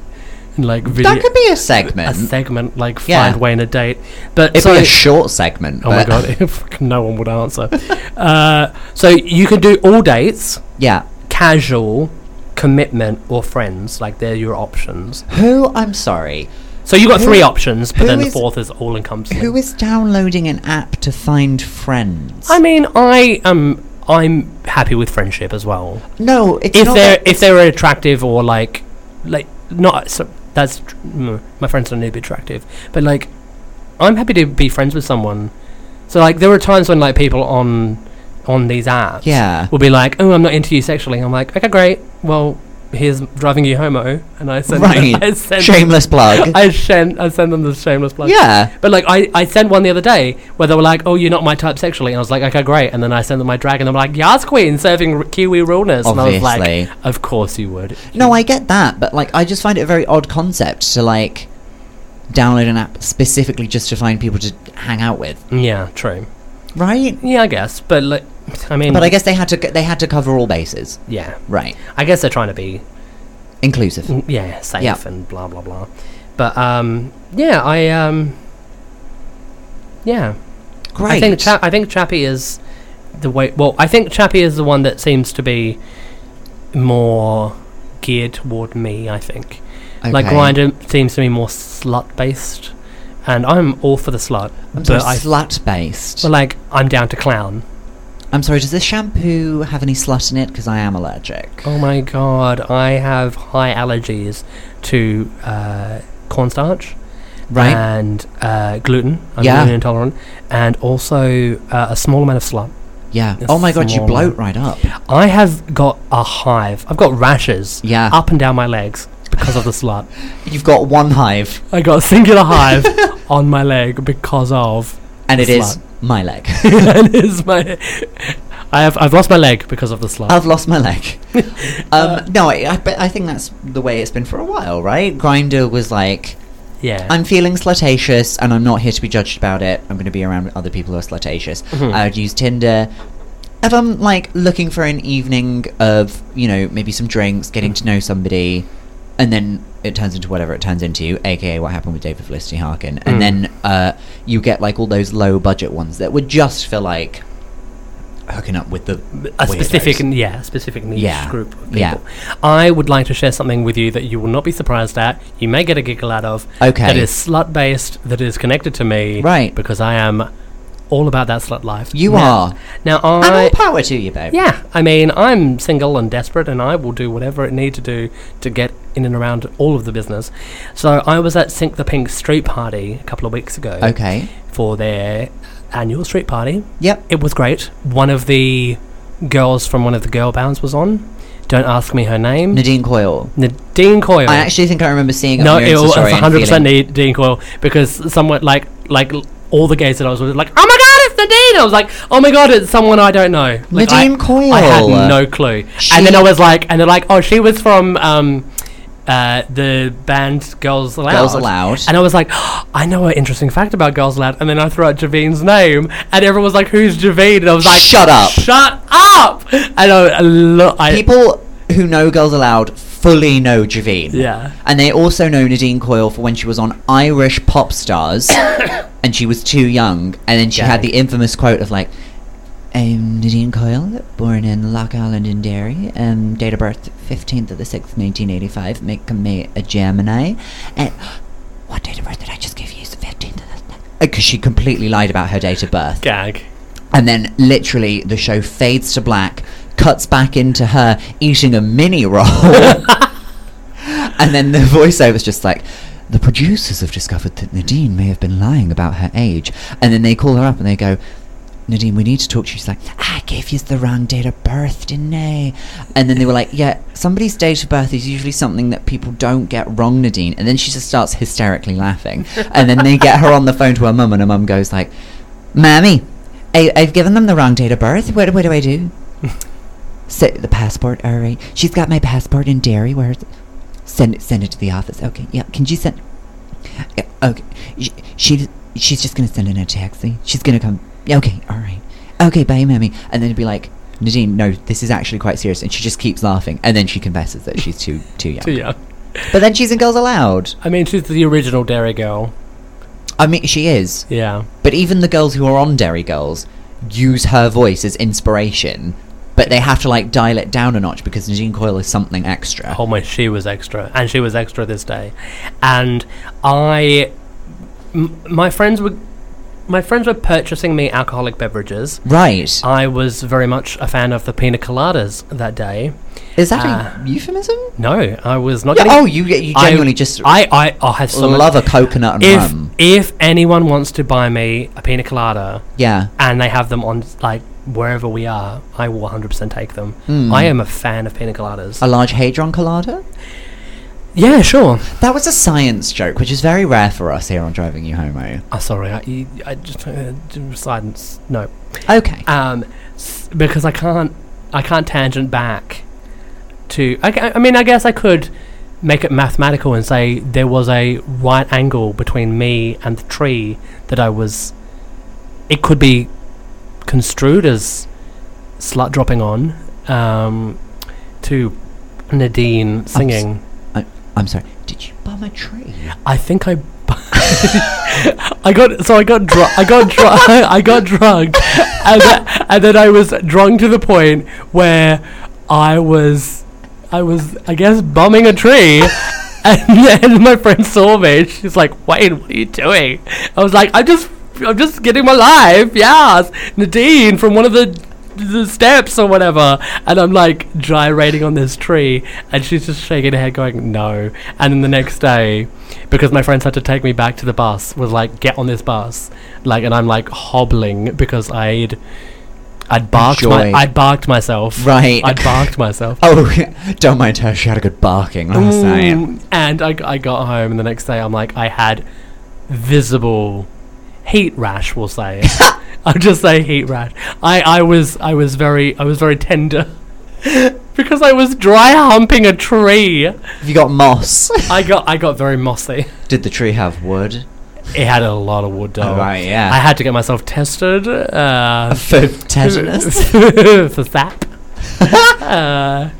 [SPEAKER 1] and like video
[SPEAKER 2] That could be a
[SPEAKER 1] a
[SPEAKER 2] segment.
[SPEAKER 1] segment like
[SPEAKER 2] Yeah.
[SPEAKER 1] find Wayne a date. But
[SPEAKER 2] It'd
[SPEAKER 1] so,
[SPEAKER 2] be a short segment.
[SPEAKER 1] oh my
[SPEAKER 2] but-
[SPEAKER 1] god, if no one would answer. uh, so you can do all dates,
[SPEAKER 2] Yeah.
[SPEAKER 1] casual, commitment, or friends. Like they're your options.
[SPEAKER 2] Who? I'm sorry.
[SPEAKER 1] So you got
[SPEAKER 2] Who-
[SPEAKER 1] three options, but
[SPEAKER 2] who
[SPEAKER 1] then the
[SPEAKER 2] is-
[SPEAKER 1] fourth is all encompassing.
[SPEAKER 2] Who is downloading an app to find friends?
[SPEAKER 1] I mean, I am. I'm happy with friendship as well.
[SPEAKER 2] no, it's
[SPEAKER 1] if
[SPEAKER 2] not
[SPEAKER 1] they're
[SPEAKER 2] that-
[SPEAKER 1] if they're attractive or like like not so that's tr- mm, my friends don't need to be attractive but like i'm happy to be friends with someone so like there were times when like people on on these apps
[SPEAKER 2] yeah.
[SPEAKER 1] will be like oh i'm not into you sexually i'm like okay great well here's driving you homo and i send
[SPEAKER 2] Right.
[SPEAKER 1] I send
[SPEAKER 2] Shameless plug.
[SPEAKER 1] I send I send them the shameless plug.
[SPEAKER 2] yeah.
[SPEAKER 1] But like I, I sent one the other day where they were like, "Oh, you're not my type sexually," and I was like, "Okay, great." And then I sent them my drag, and they were like, "Yas Queen serving r- Kiwi realness," and I was like,
[SPEAKER 2] Obviously.
[SPEAKER 1] of course you would.
[SPEAKER 2] No, I get that, but like I just find it a very odd concept to like download an app specifically just to find people to hang out with,
[SPEAKER 1] Yeah, true.
[SPEAKER 2] right?
[SPEAKER 1] Yeah, I guess. But like, I mean,
[SPEAKER 2] But I guess they had to they had to cover all bases,
[SPEAKER 1] yeah,
[SPEAKER 2] right?
[SPEAKER 1] I guess they're trying to be
[SPEAKER 2] Inclusive.
[SPEAKER 1] mm, yeah safe
[SPEAKER 2] Yeah.
[SPEAKER 1] and blah blah blah. But um, yeah, I um, yeah,
[SPEAKER 2] Great.
[SPEAKER 1] I think Cha- I think Chappie is the way. Well, I think Chappie is the one that seems to be more geared toward me. I think like
[SPEAKER 2] Okay.
[SPEAKER 1] Grinder seems to be more slut based, and I'm all for the slut.
[SPEAKER 2] I'm sorry,
[SPEAKER 1] but I-
[SPEAKER 2] slut based.
[SPEAKER 1] But like, I'm down to clown.
[SPEAKER 2] I'm sorry. Does this shampoo have any slut in it? Because I am allergic.
[SPEAKER 1] Oh my god, I have high allergies to uh, cornstarch
[SPEAKER 2] Right.
[SPEAKER 1] and uh, gluten. I'm
[SPEAKER 2] Yeah.
[SPEAKER 1] gluten intolerant, and also uh, a small amount of slut.
[SPEAKER 2] yeah.
[SPEAKER 1] it's
[SPEAKER 2] Oh my god, you
[SPEAKER 1] small.
[SPEAKER 2] bloat right up.
[SPEAKER 1] I have got a hive. I've got rashes
[SPEAKER 2] Yeah.
[SPEAKER 1] up and down my legs because of the slut.
[SPEAKER 2] You've got one hive,
[SPEAKER 1] I got a singular hive on my leg because of
[SPEAKER 2] and it is
[SPEAKER 1] Slut.
[SPEAKER 2] my leg.
[SPEAKER 1] it is my. I have I've lost my leg because of the slut.
[SPEAKER 2] I've lost my leg. um, no, I, I, but I think that's the way it's been for a while, right? Grinder was like,
[SPEAKER 1] yeah.
[SPEAKER 2] I'm feeling slutacious, and I'm not here to be judged about it. I'm going to be around other people who are slutacious.
[SPEAKER 1] Mhm.
[SPEAKER 2] I would use Tinder. If I'm like looking for an evening of, you know, maybe some drinks, getting
[SPEAKER 1] Mm-hmm.
[SPEAKER 2] to know somebody, and then it turns into whatever it turns into, aka what happened with David Felicity Harkin, and
[SPEAKER 1] Mm.
[SPEAKER 2] then uh, you get like all those low budget ones that were just for like hooking up with the
[SPEAKER 1] a specific,
[SPEAKER 2] weirdos.
[SPEAKER 1] yeah, a specific niche
[SPEAKER 2] Yeah.
[SPEAKER 1] group of people.
[SPEAKER 2] Yeah.
[SPEAKER 1] I would like to share something with you that you will not be surprised at. You may get a giggle out of. That
[SPEAKER 2] Okay.
[SPEAKER 1] is slut based. That is connected to me.
[SPEAKER 2] Right.
[SPEAKER 1] Because I am all about that slut life.
[SPEAKER 2] You
[SPEAKER 1] Now-
[SPEAKER 2] are.
[SPEAKER 1] Now
[SPEAKER 2] And
[SPEAKER 1] I.
[SPEAKER 2] all power to you, babe.
[SPEAKER 1] Yeah, I mean, I'm single and desperate, and I will do whatever it need to do to get in and around all of the business. So I was at Sink the Pink Street Party a couple of weeks ago
[SPEAKER 2] Okay.
[SPEAKER 1] for their annual street party.
[SPEAKER 2] Yep.
[SPEAKER 1] It was great. One of the girls from one of the girl bands was on. Don't ask me her name.
[SPEAKER 2] Nadine Coyle.
[SPEAKER 1] Nadine Coyle.
[SPEAKER 2] I actually think I remember seeing it
[SPEAKER 1] no,
[SPEAKER 2] on your
[SPEAKER 1] it
[SPEAKER 2] Insta
[SPEAKER 1] was
[SPEAKER 2] story and
[SPEAKER 1] 100 percent
[SPEAKER 2] feeling-
[SPEAKER 1] Nadine Coyle because somewhat like like all the gays that I was with were like, oh my god, it's Nadine. I was like, oh my god, it's someone I don't know. Like, I-
[SPEAKER 2] Nadine Coyle.
[SPEAKER 1] I had no clue. and then I
[SPEAKER 2] She-
[SPEAKER 1] was like, and they're like, oh, she was from um, uh, the band Girls Aloud.
[SPEAKER 2] Girls Aloud.
[SPEAKER 1] And I was like, I know an interesting fact about Girls Aloud. And then I threw out Javeen's name, and everyone was like, who's Javeen? And I was like,
[SPEAKER 2] Shut up.
[SPEAKER 1] Shut up! And I, lo- I
[SPEAKER 2] People who know Girls Aloud fully know Javine.
[SPEAKER 1] Yeah.
[SPEAKER 2] And they also know Nadine Coyle for when she was on Irish Pop Stars and she was too young. And then she had
[SPEAKER 1] Dang.
[SPEAKER 2] the infamous quote of like, I'm Nadine Coyle, born in Lock Island in Derry, um, date of birth 15th of the 6th, 1985, make me a Gemini. And what date of birth did I just give you? It's the 15th of the Because she completely lied about her date of birth.
[SPEAKER 1] Gag.
[SPEAKER 2] And then literally the show fades to black, cuts back into her eating a mini roll. and then the voiceover's just like, the producers have discovered that Nadine may have been lying about her age. And then they call her up and they go, Nadine, we need to talk to you. She's like, I gave you the wrong date of birth, didn't I? And then they were like, Yeah, somebody's date of birth is usually something that people don't get wrong, Nadine. And then she just starts hysterically laughing. And then they get her on the phone to her mum, and her mum goes like, Mammy, I, I've given them the wrong date of birth. What, what do I do? So the passport, all right. She's got my passport in Derry. Where is it? Send it, send it to the office. Okay, yeah. Can you send? Yeah, okay. She, she she's just gonna send in a taxi. She's gonna come. Yeah, Okay, all right. Okay, bye, mammy. And then it'd be like, Nadine, no, this is actually quite serious. And she just keeps laughing, and then she confesses that she's too too young.
[SPEAKER 1] So yeah.
[SPEAKER 2] But then she's in Girls Aloud.
[SPEAKER 1] I mean, she's the original Dairy Girl.
[SPEAKER 2] I mean, she is.
[SPEAKER 1] Yeah.
[SPEAKER 2] But even the girls who are on Dairy Girls use her voice as inspiration, but they have to like dial it down a notch because Nadine Coyle is something extra.
[SPEAKER 1] Oh my, she was extra, and she was extra this day, and I, m- my friends were, my friends were purchasing me alcoholic beverages.
[SPEAKER 2] Right.
[SPEAKER 1] I was very much a fan of the pina coladas that day.
[SPEAKER 2] Is that
[SPEAKER 1] Uh,
[SPEAKER 2] a euphemism?
[SPEAKER 1] No, I was not.
[SPEAKER 2] Yeah,
[SPEAKER 1] getting,
[SPEAKER 2] oh, you you genuinely just
[SPEAKER 1] I I I have so much-
[SPEAKER 2] love um. a coconut and
[SPEAKER 1] If
[SPEAKER 2] rum.
[SPEAKER 1] if anyone wants to buy me a pina colada
[SPEAKER 2] Yeah.
[SPEAKER 1] and they have them on like wherever we are, I will 100% take them.
[SPEAKER 2] Mm.
[SPEAKER 1] I am a fan of pina coladas.
[SPEAKER 2] A large hadron collider.
[SPEAKER 1] yeah, sure.
[SPEAKER 2] That was a science joke, which is very rare for us here on Driving You Homo.
[SPEAKER 1] Oh, sorry. I, you- I just uh, d- silence. No,
[SPEAKER 2] Okay.
[SPEAKER 1] um, s- because I can't. I can't tangent back to. I, ca- I mean, I guess I could make it mathematical and say there was a right angle between me and the tree that I was. It could be construed as slut dropping on um, to Nadine singing.
[SPEAKER 2] I'm sorry. Did you bum a tree?
[SPEAKER 1] I think I. I got so I got dr- I got dr- I got drugged, and, th- and then I was drunk to the point where I was, I was I guess bumming a tree, and then my friend saw me. and She's like, "Wait, what are you doing?" I was like, "I'm just I'm just getting my life." Yes, Nadine from one of the the steps or whatever and i'm like gyrating on this tree and she's just shaking her head going no and then the next day because my friends had to take me back to the bus was like get on this bus like and i'm like hobbling because i'd i'd barked my
[SPEAKER 2] Enjoyed.
[SPEAKER 1] i'd barked myself
[SPEAKER 2] Right.
[SPEAKER 1] i'd barked myself
[SPEAKER 2] Oh, yeah. don't mind her. She had a good barking last night.
[SPEAKER 1] Mm, and I, I got home and the next day i'm like i had visible heat rash we'll say i'll just say heat rash i i was i was very i was very tender because i was dry humping a tree
[SPEAKER 2] Have you got moss?
[SPEAKER 1] i got i got very mossy
[SPEAKER 2] Did the tree have wood?
[SPEAKER 1] it had a lot of wood though.
[SPEAKER 2] Oh, right, yeah.
[SPEAKER 1] I had to get myself tested uh,
[SPEAKER 2] For tetanus?
[SPEAKER 1] for sap. uh,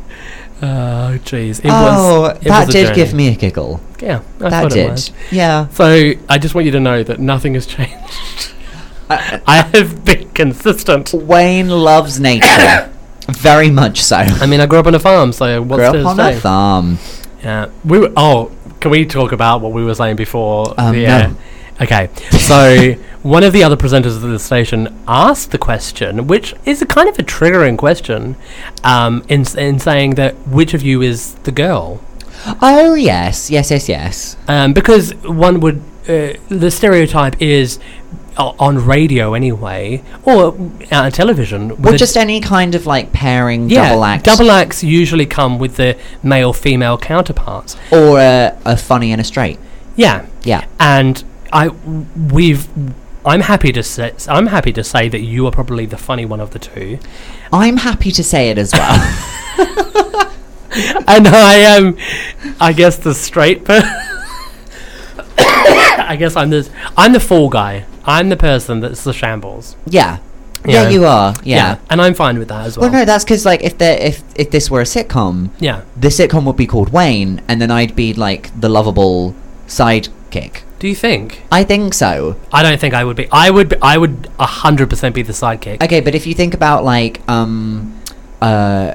[SPEAKER 1] oh, jeez. It
[SPEAKER 2] oh,
[SPEAKER 1] was, it
[SPEAKER 2] that
[SPEAKER 1] was a
[SPEAKER 2] did
[SPEAKER 1] journey.
[SPEAKER 2] give me a giggle.
[SPEAKER 1] Yeah, I
[SPEAKER 2] that
[SPEAKER 1] thought it
[SPEAKER 2] did.
[SPEAKER 1] was.
[SPEAKER 2] Yeah.
[SPEAKER 1] So I just want you to know that nothing has changed. I have been consistent.
[SPEAKER 2] Wayne loves nature. Very much so.
[SPEAKER 1] I mean, I grew up on a farm, so what's
[SPEAKER 2] Grew up
[SPEAKER 1] to
[SPEAKER 2] on
[SPEAKER 1] say?
[SPEAKER 2] a farm.
[SPEAKER 1] Yeah, we were. Oh, can we talk about what we were saying before?
[SPEAKER 2] Um,
[SPEAKER 1] the
[SPEAKER 2] no.
[SPEAKER 1] air? Okay, so one of the other presenters of the station asked the question, which is a kind of a triggering question, um, in in saying that which of you is the girl,
[SPEAKER 2] Oh yes, yes, yes, yes.
[SPEAKER 1] um, because one would uh, the stereotype is. o- On radio, anyway, or uh, television.
[SPEAKER 2] Or
[SPEAKER 1] the-
[SPEAKER 2] just any kind of like pairing
[SPEAKER 1] yeah,
[SPEAKER 2] double act,
[SPEAKER 1] Double acts usually come with the male-female counterparts.
[SPEAKER 2] or a, a funny and a straight.
[SPEAKER 1] Yeah,
[SPEAKER 2] Yeah.
[SPEAKER 1] and I we've I'm happy to say I'm happy to say that you are probably the funny one of the two,
[SPEAKER 2] I'm happy to say it as well. Oh.
[SPEAKER 1] and I am I guess the straight per I guess I'm the I'm the fool guy. I'm the person that's the shambles.
[SPEAKER 2] yeah.
[SPEAKER 1] Yeah.
[SPEAKER 2] yeah, you are. Yeah.
[SPEAKER 1] and I'm fine with that as well.
[SPEAKER 2] Well, no, that's because like if there if if this were a sitcom,
[SPEAKER 1] Yeah.
[SPEAKER 2] the sitcom would be called Wayne, and then I'd be like the lovable sidekick.
[SPEAKER 1] Do you think?
[SPEAKER 2] I think so.
[SPEAKER 1] I don't think I would be. I would. Be, I would hundred percent be the sidekick.
[SPEAKER 2] Okay, but if you think about like um uh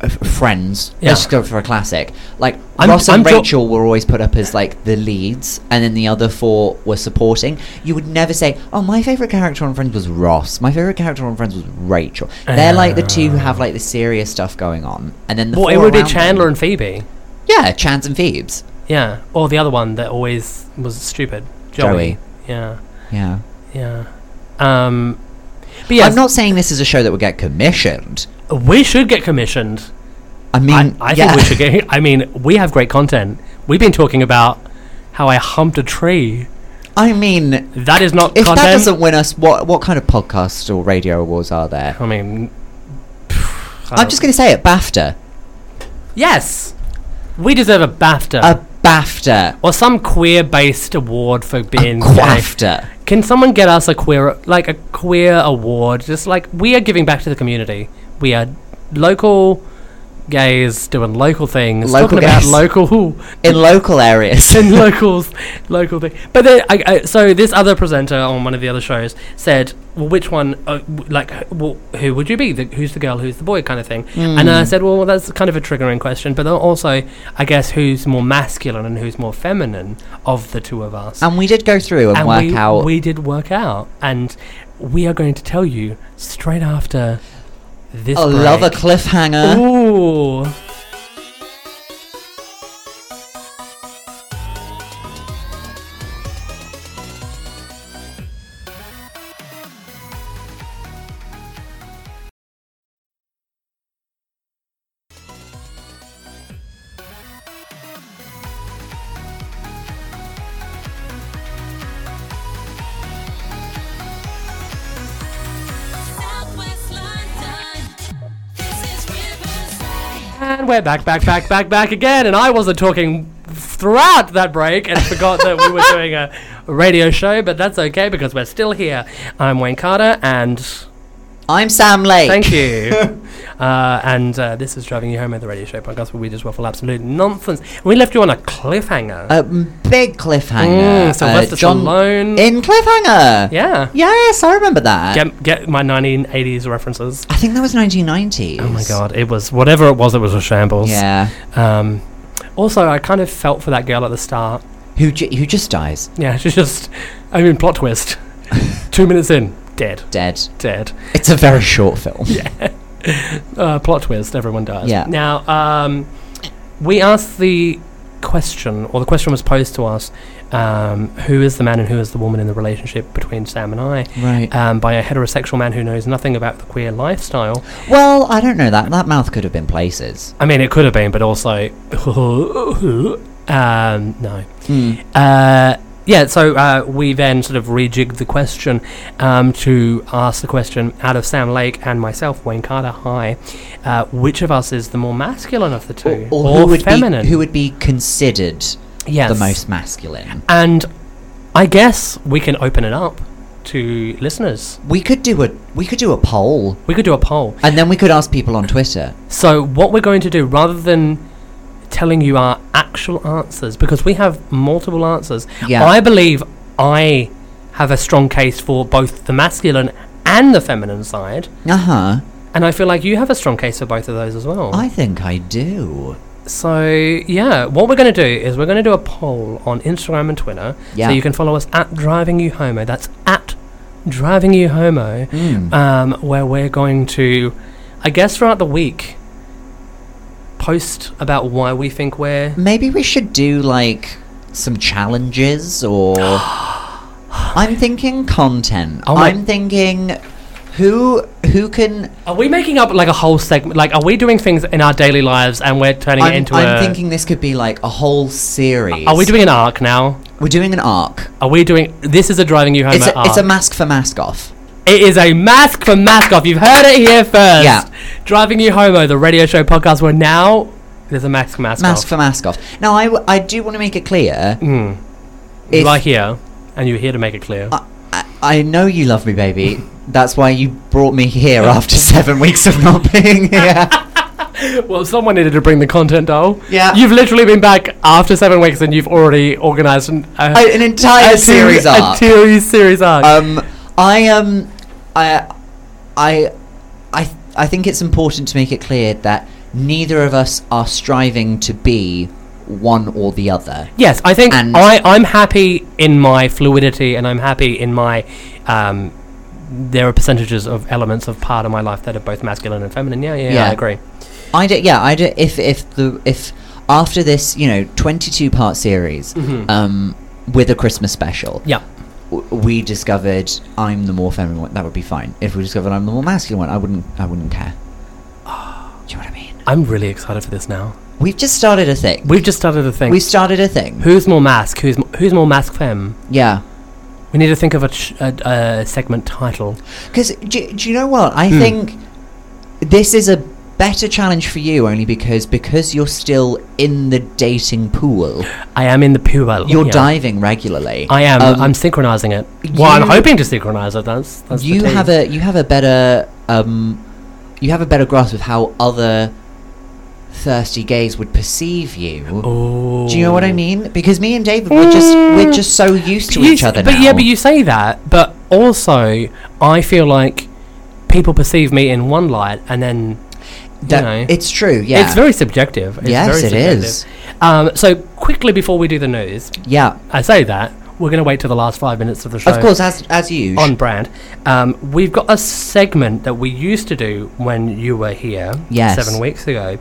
[SPEAKER 2] f- friends
[SPEAKER 1] Yeah.
[SPEAKER 2] let's go for a classic like
[SPEAKER 1] I'm-
[SPEAKER 2] ross and
[SPEAKER 1] I'm jo-
[SPEAKER 2] rachel were always put up as like the leads and then the other four were supporting you would never say oh my favorite character on friends was ross my favorite character on friends was rachel they're like the two who have like the serious stuff going on and then the
[SPEAKER 1] well, it
[SPEAKER 2] four
[SPEAKER 1] would be
[SPEAKER 2] around
[SPEAKER 1] Chandler
[SPEAKER 2] them-
[SPEAKER 1] and Phoebe.
[SPEAKER 2] yeah chance and phoebes
[SPEAKER 1] Yeah, or the other one that always was stupid,
[SPEAKER 2] Joey.
[SPEAKER 1] Joey. Yeah.
[SPEAKER 2] yeah
[SPEAKER 1] Yeah. Um, but yeah,
[SPEAKER 2] i'm not saying this is a show that would get commissioned
[SPEAKER 1] we should get commissioned.
[SPEAKER 2] i mean
[SPEAKER 1] I, I
[SPEAKER 2] yeah.
[SPEAKER 1] think we should get. I mean, we have great content. We've been talking about how I humped a tree.
[SPEAKER 2] i mean
[SPEAKER 1] That is not
[SPEAKER 2] If
[SPEAKER 1] content.
[SPEAKER 2] that doesn't win us, what what kind of podcast or radio awards are there?
[SPEAKER 1] I mean,
[SPEAKER 2] I'm just going to say it. BAFTA.
[SPEAKER 1] gonna. Yes, we deserve a BAFTA
[SPEAKER 2] A BAFTA.
[SPEAKER 1] or some queer-based award for
[SPEAKER 2] A
[SPEAKER 1] being gay.
[SPEAKER 2] QAFTA.
[SPEAKER 1] Can someone get us a queer, like a queer award? Just like we are giving back to the community. We are local gays doing local things,
[SPEAKER 2] Local
[SPEAKER 1] talking about
[SPEAKER 2] gays.
[SPEAKER 1] local
[SPEAKER 2] In local areas.
[SPEAKER 1] in locals, local thing. But then, I, I, so this other presenter on one of the other shows said, "Well, which one? Uh, w- like, h- well, who would you be? The, who's the girl? Who's the boy? Kind of thing." And
[SPEAKER 2] Hmm.
[SPEAKER 1] I said, "Well, that's kind of a triggering question, but then also, I guess, who's more masculine and who's more feminine of the two of us?"
[SPEAKER 2] and we did go through and,
[SPEAKER 1] And
[SPEAKER 2] work
[SPEAKER 1] we,
[SPEAKER 2] out.
[SPEAKER 1] we did work out, and we are going to tell you straight after this.
[SPEAKER 2] I love a
[SPEAKER 1] break.
[SPEAKER 2] cliffhanger.
[SPEAKER 1] Ooh.
[SPEAKER 3] Southwest London. This is Riverside.
[SPEAKER 1] And we're back, back, back, back, back again. And I wasn't talking throughout that break and forgot that we were doing a radio show, but that's okay because we're still here. I'm Wayne Carter, and
[SPEAKER 2] I'm Sam Lake.
[SPEAKER 1] thank you. uh, and uh, this is Driving You Home at the Radio Show podcast where we just waffle absolute nonsense. We left you on a cliffhanger.
[SPEAKER 2] A big Oh, cliffhanger. Uh,
[SPEAKER 1] Mm, Sylvester
[SPEAKER 2] John
[SPEAKER 1] Stallone.
[SPEAKER 2] In cliffhanger.
[SPEAKER 1] yeah.
[SPEAKER 2] Yes, I remember that.
[SPEAKER 1] Get, get my 1980s references.
[SPEAKER 2] I think that was 1990s.
[SPEAKER 1] Oh my god, it was whatever it was, it was a shambles.
[SPEAKER 2] Yeah.
[SPEAKER 1] Um, also, I kind of felt for that girl at the start.
[SPEAKER 2] Who ju- who just dies?
[SPEAKER 1] Yeah, she's just. I mean, plot twist. Two minutes in, dead,
[SPEAKER 2] Dead.
[SPEAKER 1] dead.
[SPEAKER 2] It's a very short film.
[SPEAKER 1] Uh, plot twist. Everyone dies.
[SPEAKER 2] Yeah.
[SPEAKER 1] Now, um, we asked the question, or the question was posed to us: um, Who is the man and who is the woman in the relationship between Sam and I?
[SPEAKER 2] Right.
[SPEAKER 1] Um, by a heterosexual man who knows nothing about the queer lifestyle.
[SPEAKER 2] well, I don't know that. That mouth could have been places.
[SPEAKER 1] I mean, it could have been, but also, um, no.
[SPEAKER 2] Hmm.
[SPEAKER 1] Uh, yeah, so uh, we then sort of rejigged the question um, to ask the question out of Sam Lake and myself, Wayne Carter. Hi, uh, which of us is the more masculine of the two,
[SPEAKER 2] or, who would
[SPEAKER 1] feminine?
[SPEAKER 2] be who would be considered
[SPEAKER 1] yes.
[SPEAKER 2] the most masculine.
[SPEAKER 1] And I guess we can open it up to listeners.
[SPEAKER 2] We could do a we could do a poll,
[SPEAKER 1] We could do a poll.
[SPEAKER 2] and then we could ask people on Twitter.
[SPEAKER 1] So what we're going to do, rather than telling you our actual answers, because we have multiple answers,
[SPEAKER 2] Yeah.
[SPEAKER 1] I believe I have a strong case for both the masculine and the feminine side.
[SPEAKER 2] Uh huh.
[SPEAKER 1] And I feel like you have a strong case for both of those as well.
[SPEAKER 2] I think I do.
[SPEAKER 1] So yeah, what we're going to do is we're going to do a poll on Instagram and Twitter.
[SPEAKER 2] Yeah.
[SPEAKER 1] So you can follow us at Driving You Homo. That's at Driving You Homo,
[SPEAKER 2] Mm.
[SPEAKER 1] um, where we're going to, I guess, throughout the week, post about why we think we're.
[SPEAKER 2] Maybe we should do like some challenges or. I'm thinking content.
[SPEAKER 1] Oh my-
[SPEAKER 2] I'm thinking who who can.
[SPEAKER 1] Are we making up like a whole segment? Like, are we doing things in our daily lives and we're turning it
[SPEAKER 2] I'm,
[SPEAKER 1] into
[SPEAKER 2] I'm
[SPEAKER 1] a?
[SPEAKER 2] thinking this could be like a whole series.
[SPEAKER 1] are we doing an arc now?
[SPEAKER 2] We're doing an arc.
[SPEAKER 1] Are we doing? This is a driving you homo
[SPEAKER 2] It's a,
[SPEAKER 1] arc.
[SPEAKER 2] it's a mask for mask off.
[SPEAKER 1] It is a mask for mask off. You've heard it here first.
[SPEAKER 2] Yeah.
[SPEAKER 1] Driving You Homo, the radio show podcast where now there's a mask for mask,
[SPEAKER 2] Mask
[SPEAKER 1] off.
[SPEAKER 2] for mask off. Now I, w- I do want to make it clear.
[SPEAKER 1] Mm.
[SPEAKER 2] If-
[SPEAKER 1] You are here, and you're here to make it clear.
[SPEAKER 2] I, I- I know you love me, baby. That's why you brought me here after seven weeks of not being here.
[SPEAKER 1] well, someone needed to bring the content, though.
[SPEAKER 2] Yeah.
[SPEAKER 1] You've literally been back after seven weeks and you've already organised an, a,
[SPEAKER 2] I- an entire
[SPEAKER 1] a
[SPEAKER 2] series
[SPEAKER 1] seri-
[SPEAKER 2] arc.
[SPEAKER 1] A series, series arc.
[SPEAKER 2] um, I um, I, I, I, I think it's important to make it clear that neither of us are striving to be one or the other.
[SPEAKER 1] Yes, I think
[SPEAKER 2] And-
[SPEAKER 1] I, I'm happy in my fluidity and I'm happy in my. Um, there are percentages of elements of part of my life that are both masculine and feminine. Yeah, yeah, yeah.
[SPEAKER 2] Yeah.
[SPEAKER 1] I agree.
[SPEAKER 2] I do, yeah, I do, if if the if after this, you know, twenty-two part series, um, with a Christmas special,
[SPEAKER 1] Yeah.
[SPEAKER 2] w- we discovered I'm the more feminine one. That would be fine. If we discovered I'm the more masculine one, I wouldn't. I wouldn't care.
[SPEAKER 1] Ah.
[SPEAKER 2] Do you know what I mean?
[SPEAKER 1] I'm really excited for this now.
[SPEAKER 2] We've just started a thing.
[SPEAKER 1] We've just started a thing.
[SPEAKER 2] We've started a thing.
[SPEAKER 1] who's more mask? Who's m- who's more mask femme?
[SPEAKER 2] Yeah.
[SPEAKER 1] We need to think of a, ch- a, a segment title.
[SPEAKER 2] Because do, do you know what? I think this is a better challenge for you only because because you're still in the dating pool,
[SPEAKER 1] I am in the pool.
[SPEAKER 2] you're
[SPEAKER 1] yeah.
[SPEAKER 2] diving regularly.
[SPEAKER 1] I am.
[SPEAKER 2] Um,
[SPEAKER 1] I'm synchronizing it. Well, I'm
[SPEAKER 2] you-
[SPEAKER 1] hoping to synchronize it. That's that's. the
[SPEAKER 2] you
[SPEAKER 1] thing.
[SPEAKER 2] have a you have a better um, you have a better grasp of how other thirsty gays would perceive you.
[SPEAKER 1] Ooh.
[SPEAKER 2] Do you know what I mean? Because me and David, we're just we're just so used to
[SPEAKER 1] You
[SPEAKER 2] each
[SPEAKER 1] s-
[SPEAKER 2] other
[SPEAKER 1] but
[SPEAKER 2] now.
[SPEAKER 1] yeah, but you say that, but also I feel like people perceive me in one light, and then
[SPEAKER 2] That-
[SPEAKER 1] know.
[SPEAKER 2] it's true. Yeah,
[SPEAKER 1] it's very subjective. It's
[SPEAKER 2] Yes,
[SPEAKER 1] very
[SPEAKER 2] it
[SPEAKER 1] subjective.
[SPEAKER 2] is.
[SPEAKER 1] Um, so quickly before we do the news,
[SPEAKER 2] yeah.
[SPEAKER 1] I say that we're going to wait till the last five minutes of the show.
[SPEAKER 2] Of course, as as usual.
[SPEAKER 1] on brand. Um, we've got a segment that we used to do when you were here
[SPEAKER 2] Yes.
[SPEAKER 1] seven weeks ago.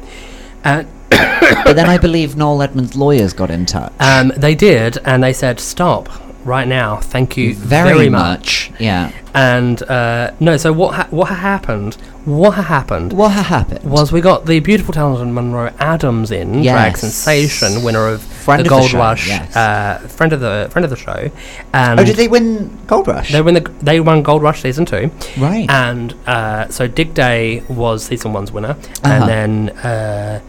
[SPEAKER 1] Uh, And
[SPEAKER 2] but then I believe Noel Edmonds' lawyers got in touch.
[SPEAKER 1] um, they did, and they said, stop right now. Thank you
[SPEAKER 2] very,
[SPEAKER 1] very,
[SPEAKER 2] much. Yeah.
[SPEAKER 1] And uh, no, so what, ha- what ha- happened? What ha- happened?
[SPEAKER 2] What ha- happened?
[SPEAKER 1] was we got the beautiful talented Monroe Adams in drag
[SPEAKER 2] Yes.
[SPEAKER 1] sensation winner of
[SPEAKER 2] Friend
[SPEAKER 1] the
[SPEAKER 2] of the
[SPEAKER 1] Gold
[SPEAKER 2] show,
[SPEAKER 1] Rush
[SPEAKER 2] yes.
[SPEAKER 1] uh, friend of the friend of the show and
[SPEAKER 2] oh, did they win Gold Rush?
[SPEAKER 1] they won the they won Gold Rush season 2
[SPEAKER 2] right.
[SPEAKER 1] And uh, so Dig Day was season one's winner,
[SPEAKER 2] Uh-huh.
[SPEAKER 1] and then uh,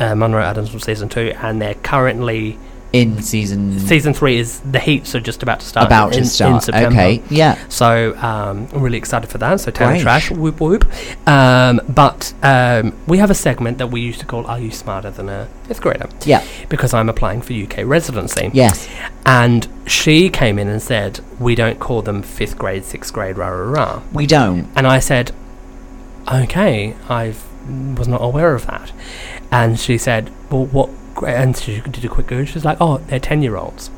[SPEAKER 1] uh, Monroe Adams was season two, and they're currently
[SPEAKER 2] in season
[SPEAKER 1] season three is the heat, so just about to start.
[SPEAKER 2] about
[SPEAKER 1] uh, in,
[SPEAKER 2] to
[SPEAKER 1] in
[SPEAKER 2] start.
[SPEAKER 1] September.
[SPEAKER 2] okay. Yeah.
[SPEAKER 1] So um, I'm really excited for that. So Town
[SPEAKER 2] Great.
[SPEAKER 1] Trash, whoop whoop. Um, but um, we have a segment that we used to call "Are You Smarter Than a Fifth Grader?"
[SPEAKER 2] Yeah.
[SPEAKER 1] because I'm applying for UK residency.
[SPEAKER 2] Yes.
[SPEAKER 1] and she came in and said, "We don't call them fifth grade, sixth grade, rah rah rah."
[SPEAKER 2] We don't.
[SPEAKER 1] And I said, "Okay, I was not aware of that." And she said, "Well, what?" gra-" And she did a quick Google. She's like, "Oh, they're ten-year-olds."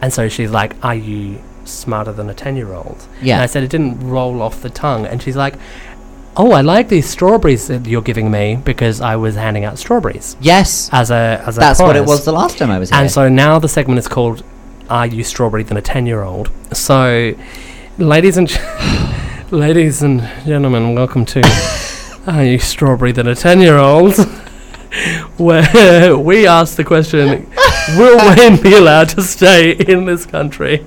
[SPEAKER 1] And so she's like, "Are you smarter than a ten-year-old?" And I
[SPEAKER 2] Yeah.
[SPEAKER 1] said, "It didn't roll off the tongue." And she's like, "Oh, I like these strawberries that you're giving me because I was handing out strawberries
[SPEAKER 2] Yes.
[SPEAKER 1] as a as a
[SPEAKER 2] That's what it
[SPEAKER 1] prize."
[SPEAKER 2] was the last time I was here.
[SPEAKER 1] And so now the segment is called "Are You Strawberry Than a Ten Year Old?" So, ladies and ladies and gentlemen, welcome to "Are You Strawberry Than a Ten Year Old?" where we ask the question: Will women be allowed to stay in this country?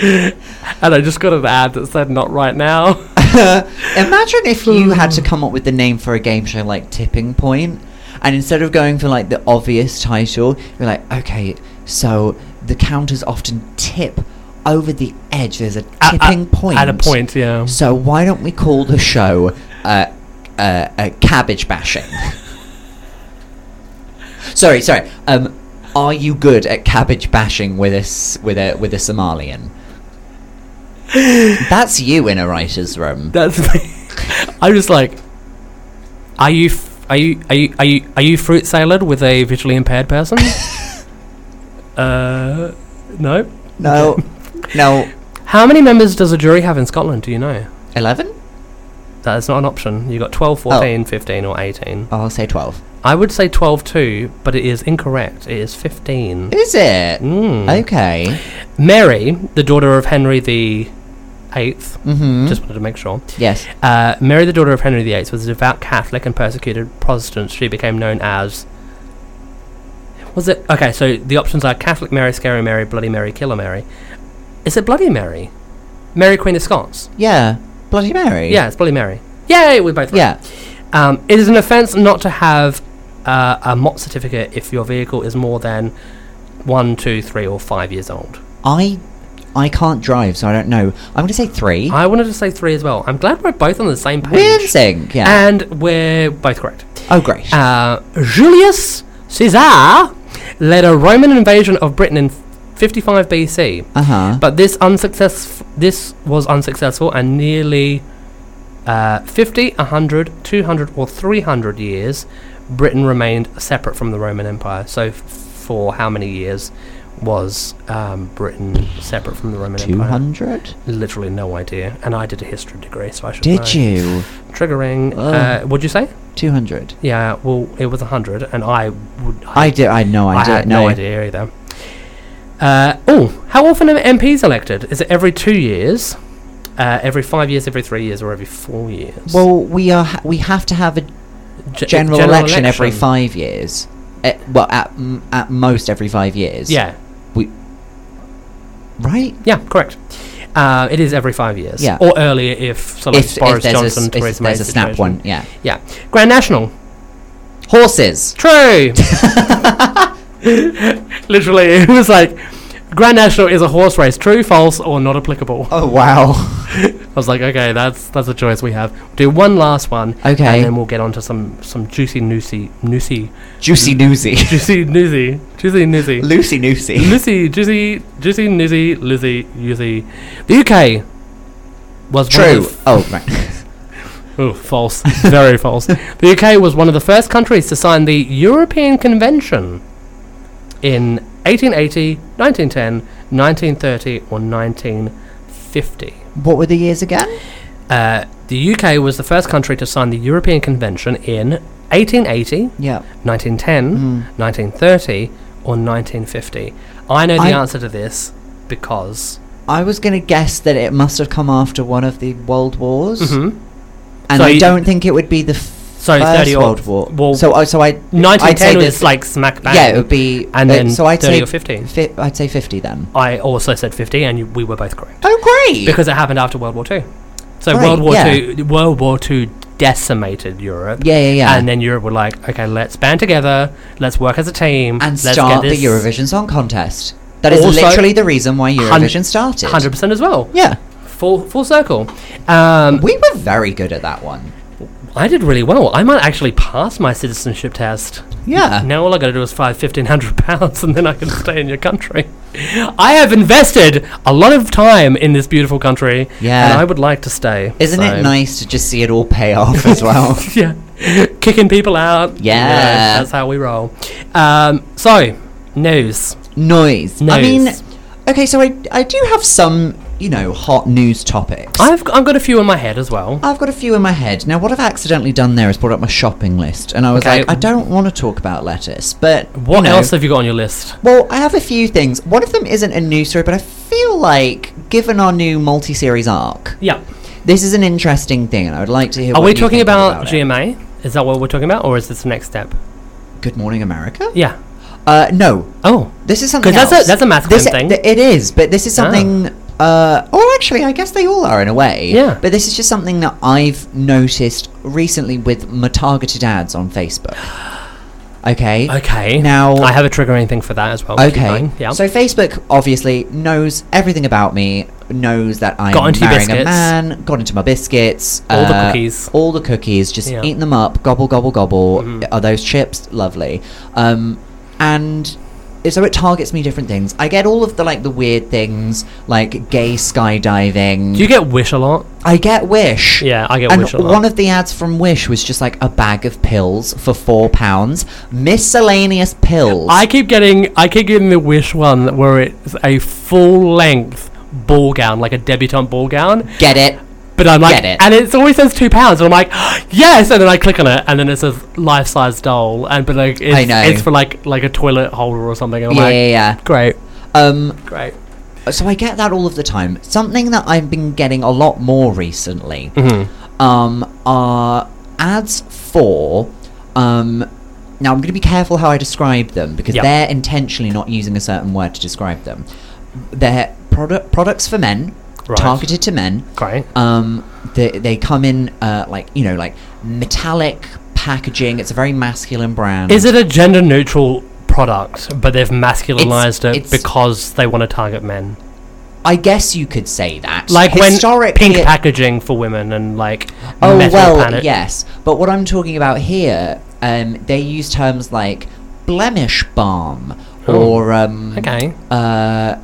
[SPEAKER 1] And I just got an ad that said "Not right now."
[SPEAKER 2] Imagine if you had to come up with the name for a game show like Tipping Point, and instead of going for like the obvious title, you're like, okay, so the counters often tip over the edge. There's a
[SPEAKER 1] At- at-
[SPEAKER 2] tipping point.
[SPEAKER 1] At a point, yeah.
[SPEAKER 2] So why don't we call the show uh, uh, uh, cabbage bashing? sorry, sorry. Um, are you good at cabbage bashing with a s- with a with a Somalian? That's you in a writer's room.
[SPEAKER 1] That's me. I'm just like, are you, f- are you, are you, are you, are you fruit salad with a visually impaired person? uh, no.
[SPEAKER 2] No, no.
[SPEAKER 1] How many members does a jury have in Scotland? Do you know?
[SPEAKER 2] Eleven?
[SPEAKER 1] That is not an option. You got 12, 14, 15, or 18.
[SPEAKER 2] Oh, I'll say twelve.
[SPEAKER 1] I would say 12 too, but it is incorrect. It is 15.
[SPEAKER 2] Is it?
[SPEAKER 1] Mm.
[SPEAKER 2] Eh? Okay.
[SPEAKER 1] Mary, the daughter of Henry the 8th
[SPEAKER 2] Mm-hmm.
[SPEAKER 1] just wanted to make sure.
[SPEAKER 2] yes.
[SPEAKER 1] Uh, Mary, the daughter of Henry VIII, was a devout Catholic and persecuted Protestant. She became known as. Was it okay? So the options are Catholic Mary, Scary Mary, Bloody Mary, Killer Mary. Is it Bloody Mary? Mary Queen of Scots.
[SPEAKER 2] Yeah. Bloody Mary.
[SPEAKER 1] Yeah, it's Bloody Mary. Yay, we're both right.
[SPEAKER 2] Yeah.
[SPEAKER 1] Um, it is an offence not to have uh, a MOT certificate if your vehicle is more than one, two, three, or five years old.
[SPEAKER 2] I, I can't drive, so I don't know. I'm going to say three.
[SPEAKER 1] I wanted to say three as well. I'm glad we're both on the same page.
[SPEAKER 2] Weird thing. Yeah.
[SPEAKER 1] And we're both correct.
[SPEAKER 2] oh, great.
[SPEAKER 1] Uh, Julius Caesar led a Roman invasion of Britain in 55 BC,
[SPEAKER 2] Uh huh.
[SPEAKER 1] but this unsuccess this was unsuccessful and nearly uh, 50, 100, 200 or 300 years Britain remained separate from the Roman Empire. So f- for how many years was um, Britain separate from the Roman
[SPEAKER 2] Two
[SPEAKER 1] Empire?
[SPEAKER 2] hundred.
[SPEAKER 1] Literally no idea. And I did a history degree, so I should know.
[SPEAKER 2] Did you? Oh.
[SPEAKER 1] Triggering. Uh,
[SPEAKER 2] Ugh.
[SPEAKER 1] would you say?
[SPEAKER 2] Two hundred.
[SPEAKER 1] Yeah, well, it was 100, and I would.
[SPEAKER 2] I did. I know. I,
[SPEAKER 1] I
[SPEAKER 2] did.
[SPEAKER 1] had no idea either. Uh, oh, how often are MPs elected? Is it every two years, uh, every five years, every three years, or every four years?
[SPEAKER 2] Well, we are. Ha- we have to have a
[SPEAKER 1] Ge-
[SPEAKER 2] general, election, every five years. Eh, well, at m- at most every five years.
[SPEAKER 1] Yeah,
[SPEAKER 2] Right.
[SPEAKER 1] yeah, correct. Uh, it is every five years.
[SPEAKER 2] Yeah.
[SPEAKER 1] Or earlier if, sort of
[SPEAKER 2] If, if
[SPEAKER 1] Boris
[SPEAKER 2] there's,
[SPEAKER 1] Johnson,
[SPEAKER 2] a, s- if
[SPEAKER 1] Theresa May
[SPEAKER 2] there's a snap
[SPEAKER 1] situation.
[SPEAKER 2] one, yeah.
[SPEAKER 1] Yeah. Grand National.
[SPEAKER 2] Horses.
[SPEAKER 1] True. Literally, it was like Grand National is a horse race. True, false, or not applicable.
[SPEAKER 2] Oh wow.
[SPEAKER 1] I was like, okay, that's that's a choice we have. We'll do one last one,
[SPEAKER 2] Okay.
[SPEAKER 1] and then we'll get on to some some juicy noosey noosey
[SPEAKER 2] Juicy newsy.
[SPEAKER 1] juicy noosey juicy noosey
[SPEAKER 2] Lucy newsy.
[SPEAKER 1] Lucy juicy juicy noosey Lizzy Yuzy. The UK was One
[SPEAKER 2] True.
[SPEAKER 1] of the
[SPEAKER 2] Oh right.
[SPEAKER 1] oh, false, very false. The UK was one of the first countries to sign the European Convention in 1880, 1910, 1930, or 1950.
[SPEAKER 2] What were the years again?
[SPEAKER 1] Uh, the UK was the first country to sign the European Convention in 1880,
[SPEAKER 2] Yeah.
[SPEAKER 1] 1910,
[SPEAKER 2] Hmm.
[SPEAKER 1] 1930, or 1950. I know the
[SPEAKER 2] I-
[SPEAKER 1] answer to this because.
[SPEAKER 2] I was gonna guess that it must have come after one of the world wars,
[SPEAKER 1] Mhm.
[SPEAKER 2] and
[SPEAKER 1] So
[SPEAKER 2] I
[SPEAKER 1] you-
[SPEAKER 2] don't think it would be the
[SPEAKER 1] Sorry,
[SPEAKER 2] first
[SPEAKER 1] 30 or-
[SPEAKER 2] world war.
[SPEAKER 1] well,
[SPEAKER 2] so, oh, so I
[SPEAKER 1] 1910
[SPEAKER 2] I'd say
[SPEAKER 1] was
[SPEAKER 2] that-
[SPEAKER 1] like smack bang.
[SPEAKER 2] yeah, it would be,
[SPEAKER 1] And
[SPEAKER 2] uh,
[SPEAKER 1] then
[SPEAKER 2] so I'd
[SPEAKER 1] 30
[SPEAKER 2] say
[SPEAKER 1] or 50.
[SPEAKER 2] Fi- I'd say fifty then.
[SPEAKER 1] I also said 50, and you, we were both correct.
[SPEAKER 2] Oh great!
[SPEAKER 1] Because it happened after World War Two. So
[SPEAKER 2] Right,
[SPEAKER 1] World War
[SPEAKER 2] yeah.
[SPEAKER 1] Two, World War Two decimated Europe.
[SPEAKER 2] yeah, yeah, yeah.
[SPEAKER 1] And then Europe were like, okay, let's band together, let's work as a team,
[SPEAKER 2] and
[SPEAKER 1] let's
[SPEAKER 2] start
[SPEAKER 1] get
[SPEAKER 2] the
[SPEAKER 1] this
[SPEAKER 2] Eurovision Song Contest. That is
[SPEAKER 1] Also-
[SPEAKER 2] literally the reason why
[SPEAKER 1] Hun-
[SPEAKER 2] Eurovision started.
[SPEAKER 1] 100% as well.
[SPEAKER 2] Yeah,
[SPEAKER 1] Full full circle. Um,
[SPEAKER 2] we were very good at that one.
[SPEAKER 1] I did really well. I might actually pass my citizenship test.
[SPEAKER 2] Yeah,
[SPEAKER 1] Now all I got to do is five fifteen hundred pounds, and then I can stay in your country. I have invested a lot of time in this beautiful country,
[SPEAKER 2] Yeah.
[SPEAKER 1] and I would like to stay.
[SPEAKER 2] isn't
[SPEAKER 1] so-
[SPEAKER 2] it nice to just see it all pay off as well?
[SPEAKER 1] Yeah, kicking people out. you know,
[SPEAKER 2] Yeah.
[SPEAKER 1] that's how we roll. Um, so news.
[SPEAKER 2] Noise. I mean,
[SPEAKER 1] Noise.
[SPEAKER 2] okay, so I I do have some you know hot news topics.
[SPEAKER 1] I've I've got a few in my head as well.
[SPEAKER 2] I've got a few in my head. Now, what I've accidentally done there is brought up my shopping list, and I was
[SPEAKER 1] Okay.
[SPEAKER 2] like, I don't want to talk about lettuce, but
[SPEAKER 1] What
[SPEAKER 2] you know,
[SPEAKER 1] else have you got on your list?
[SPEAKER 2] Well, I have a few things. One of them isn't a new story, but I feel like, given our new multi-series arc,
[SPEAKER 1] Yeah.
[SPEAKER 2] this is an interesting thing, and I would like to hear.
[SPEAKER 1] Are
[SPEAKER 2] what
[SPEAKER 1] we
[SPEAKER 2] you
[SPEAKER 1] talking
[SPEAKER 2] think
[SPEAKER 1] about,
[SPEAKER 2] about it.
[SPEAKER 1] GMA? Is that what we're talking about, or is this the next step?
[SPEAKER 2] Good Morning America?
[SPEAKER 1] Yeah.
[SPEAKER 2] Uh, no,
[SPEAKER 1] Oh.
[SPEAKER 2] this is something.
[SPEAKER 1] 'Cause that's a-
[SPEAKER 2] else.
[SPEAKER 1] that's a math Ah.
[SPEAKER 2] This-
[SPEAKER 1] thing.
[SPEAKER 2] th- it is, but this is something. Uh, or actually, I guess they all are in a way.
[SPEAKER 1] Yeah.
[SPEAKER 2] But this is just something that I've noticed recently with my targeted ads on Facebook. Okay.
[SPEAKER 1] Okay.
[SPEAKER 2] Now-
[SPEAKER 1] I have a triggering thing for that as well. Keep
[SPEAKER 2] Okay.
[SPEAKER 1] going. Yeah.
[SPEAKER 2] So Facebook obviously knows everything about me, knows that I'm
[SPEAKER 1] Got into your
[SPEAKER 2] marrying a
[SPEAKER 1] biscuits.
[SPEAKER 2] man, got into my biscuits, uh,
[SPEAKER 1] All the cookies.
[SPEAKER 2] all the cookies, just
[SPEAKER 1] Yeah. Mm-hmm.
[SPEAKER 2] eating them up, gobble gobble gobble. Are those chips lovely? Um, and so it targets me different things. I get all of the like the weird things, like gay skydiving.
[SPEAKER 1] Do you get Wish a lot?
[SPEAKER 2] I get Wish.
[SPEAKER 1] Yeah, I get
[SPEAKER 2] and
[SPEAKER 1] Wish a lot.
[SPEAKER 2] one of the ads from Wish was just like a bag of pills for four pounds, miscellaneous pills.
[SPEAKER 1] I keep getting I keep getting the Wish one where it's a full length ball gown, like a debutante ball gown.
[SPEAKER 2] get it.
[SPEAKER 1] But I'm like,
[SPEAKER 2] Get it.
[SPEAKER 1] and it always says two pounds, and I'm like, yes. And then I click on it, and then it says life size doll, and but like it's,
[SPEAKER 2] I know.
[SPEAKER 1] it's for like like a toilet holder or something. And I'm
[SPEAKER 2] Yeah,
[SPEAKER 1] like,
[SPEAKER 2] yeah,
[SPEAKER 1] great,
[SPEAKER 2] yeah. Um,
[SPEAKER 1] great.
[SPEAKER 2] so I get that all of the time. Something that I've been getting a lot more recently
[SPEAKER 1] Mm-hmm.
[SPEAKER 2] um, are ads for. Um, now I'm going to be careful how I describe them because
[SPEAKER 1] Yep.
[SPEAKER 2] they're intentionally not using a certain word to describe them. They're product products for men,
[SPEAKER 1] Right.
[SPEAKER 2] targeted to men.
[SPEAKER 1] Great.
[SPEAKER 2] Um, they they come in uh, like you know like metallic packaging. It's a very masculine brand.
[SPEAKER 1] Is it a gender neutral product, but they've masculinized it
[SPEAKER 2] it's-
[SPEAKER 1] because they want to target men?
[SPEAKER 2] I guess you could say that.
[SPEAKER 1] Like when
[SPEAKER 2] Historically,
[SPEAKER 1] pink
[SPEAKER 2] it-
[SPEAKER 1] packaging for women and like
[SPEAKER 2] Oh
[SPEAKER 1] metal
[SPEAKER 2] well,
[SPEAKER 1] planet.
[SPEAKER 2] yes. But what I'm talking about here, um, they use terms like blemish balm or um,
[SPEAKER 1] Oh, Okay.
[SPEAKER 2] uh,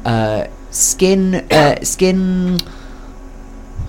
[SPEAKER 2] uh, skin uh, skin.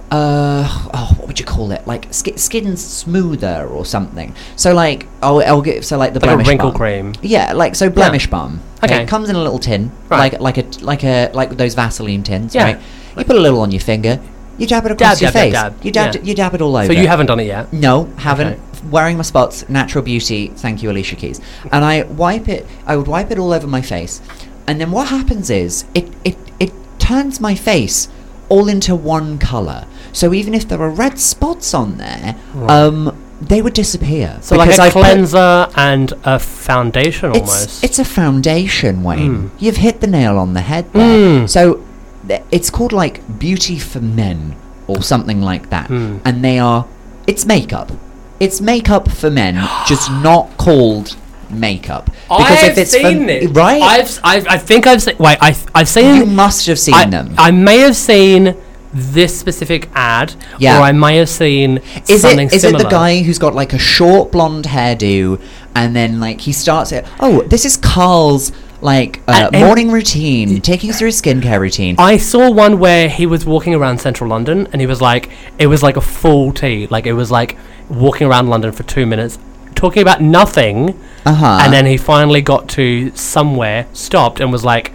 [SPEAKER 2] Uh, oh, what would you call it? Like sk- skin smoother or something. So like, oh, I'll get so like the
[SPEAKER 1] Like a
[SPEAKER 2] blemish
[SPEAKER 1] wrinkle
[SPEAKER 2] balm.
[SPEAKER 1] cream.
[SPEAKER 2] Yeah, like so blemish balm.
[SPEAKER 1] Okay.
[SPEAKER 2] it comes in a little tin,
[SPEAKER 1] Right.
[SPEAKER 2] like like a like a like those Vaseline tins,
[SPEAKER 1] Yeah.
[SPEAKER 2] right? You put a little on your finger, you dab it across
[SPEAKER 1] Dab,
[SPEAKER 2] your
[SPEAKER 1] dab, dab,
[SPEAKER 2] face,
[SPEAKER 1] dab.
[SPEAKER 2] you dab
[SPEAKER 1] Yeah.
[SPEAKER 2] it, you dab it all over.
[SPEAKER 1] So you haven't done it yet.
[SPEAKER 2] No, haven't.
[SPEAKER 1] Okay.
[SPEAKER 2] Wearing my spots, natural beauty. Thank you, Alicia Keys. And I wipe it. I would wipe it all over my face, and then what happens is it it it turns my face all into one color. So even if there are red spots on there, um, they would disappear.
[SPEAKER 1] So like a
[SPEAKER 2] I put-
[SPEAKER 1] cleanser and a foundation almost.
[SPEAKER 2] it's, it's a foundation, Wayne.
[SPEAKER 1] Hmm.
[SPEAKER 2] You've hit the nail on the head there. So th- it's called like Beauty for Men or something like that.
[SPEAKER 1] Hmm.
[SPEAKER 2] And they are, it's makeup. It's makeup for men, just not called makeup.
[SPEAKER 1] I've seen
[SPEAKER 2] for,
[SPEAKER 1] this.
[SPEAKER 2] Right?
[SPEAKER 1] I've, s- I've, I think I've seen. Wait, I, I've
[SPEAKER 2] you
[SPEAKER 1] seen.
[SPEAKER 2] must have seen
[SPEAKER 1] I, uh,
[SPEAKER 2] them.
[SPEAKER 1] I may have seen this specific ad,
[SPEAKER 2] Yeah.
[SPEAKER 1] or I may have seen
[SPEAKER 2] is
[SPEAKER 1] something
[SPEAKER 2] it is
[SPEAKER 1] similar.
[SPEAKER 2] it the guy who's got like a short blonde hairdo and then like he starts it? Oh, this is Carl's like uh,
[SPEAKER 1] And- and-
[SPEAKER 2] morning routine, taking us through his skincare routine.
[SPEAKER 1] I saw one where he was walking around central London, and he was like, it was like a full tea, like it was like walking around London for two minutes, talking about nothing,
[SPEAKER 2] Uh-huh.
[SPEAKER 1] and then he finally got to somewhere, stopped, and was like,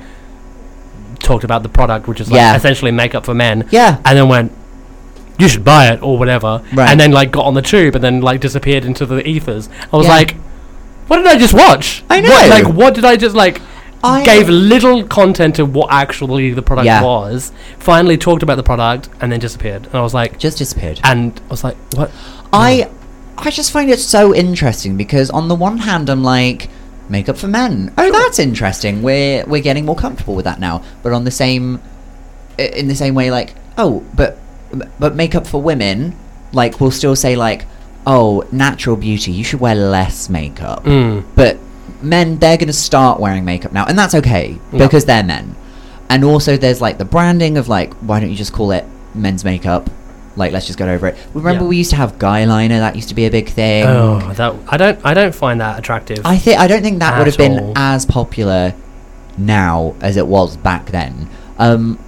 [SPEAKER 1] talked about the product, which is like
[SPEAKER 2] Yeah.
[SPEAKER 1] essentially makeup for men,
[SPEAKER 2] Yeah.
[SPEAKER 1] and then went. You should buy it or whatever,
[SPEAKER 2] Right.
[SPEAKER 1] and then like got on the tube and then like disappeared into the ethers. I was
[SPEAKER 2] Yeah.
[SPEAKER 1] like, "What did I just watch?
[SPEAKER 2] I
[SPEAKER 1] What-
[SPEAKER 2] know.
[SPEAKER 1] like, what did I just like?
[SPEAKER 2] I-
[SPEAKER 1] gave little content of what actually the product
[SPEAKER 2] Yeah.
[SPEAKER 1] was. Finally, talked about the product and then disappeared. And I was like,
[SPEAKER 2] just disappeared.
[SPEAKER 1] and I was like, what?
[SPEAKER 2] I I just find it so interesting because on the one hand I'm like makeup for men. Oh, that's interesting. We're we're getting more comfortable with that now. But on the same i- in the same way like oh, but but makeup for women like we'll still say like oh, natural beauty, you should wear less makeup.
[SPEAKER 1] Mm.
[SPEAKER 2] But men they're going to start wearing makeup now and that's okay because they're men. And also there's like the branding of like why don't you just call it men's makeup? Like let's just get over it. Remember
[SPEAKER 1] Yeah.
[SPEAKER 2] we used to have guy liner. That used to be a big thing.
[SPEAKER 1] Oh, that I don't. I don't find that attractive.
[SPEAKER 2] I think I don't think that would have been
[SPEAKER 1] At all.
[SPEAKER 2] as popular now as it was back then. Um,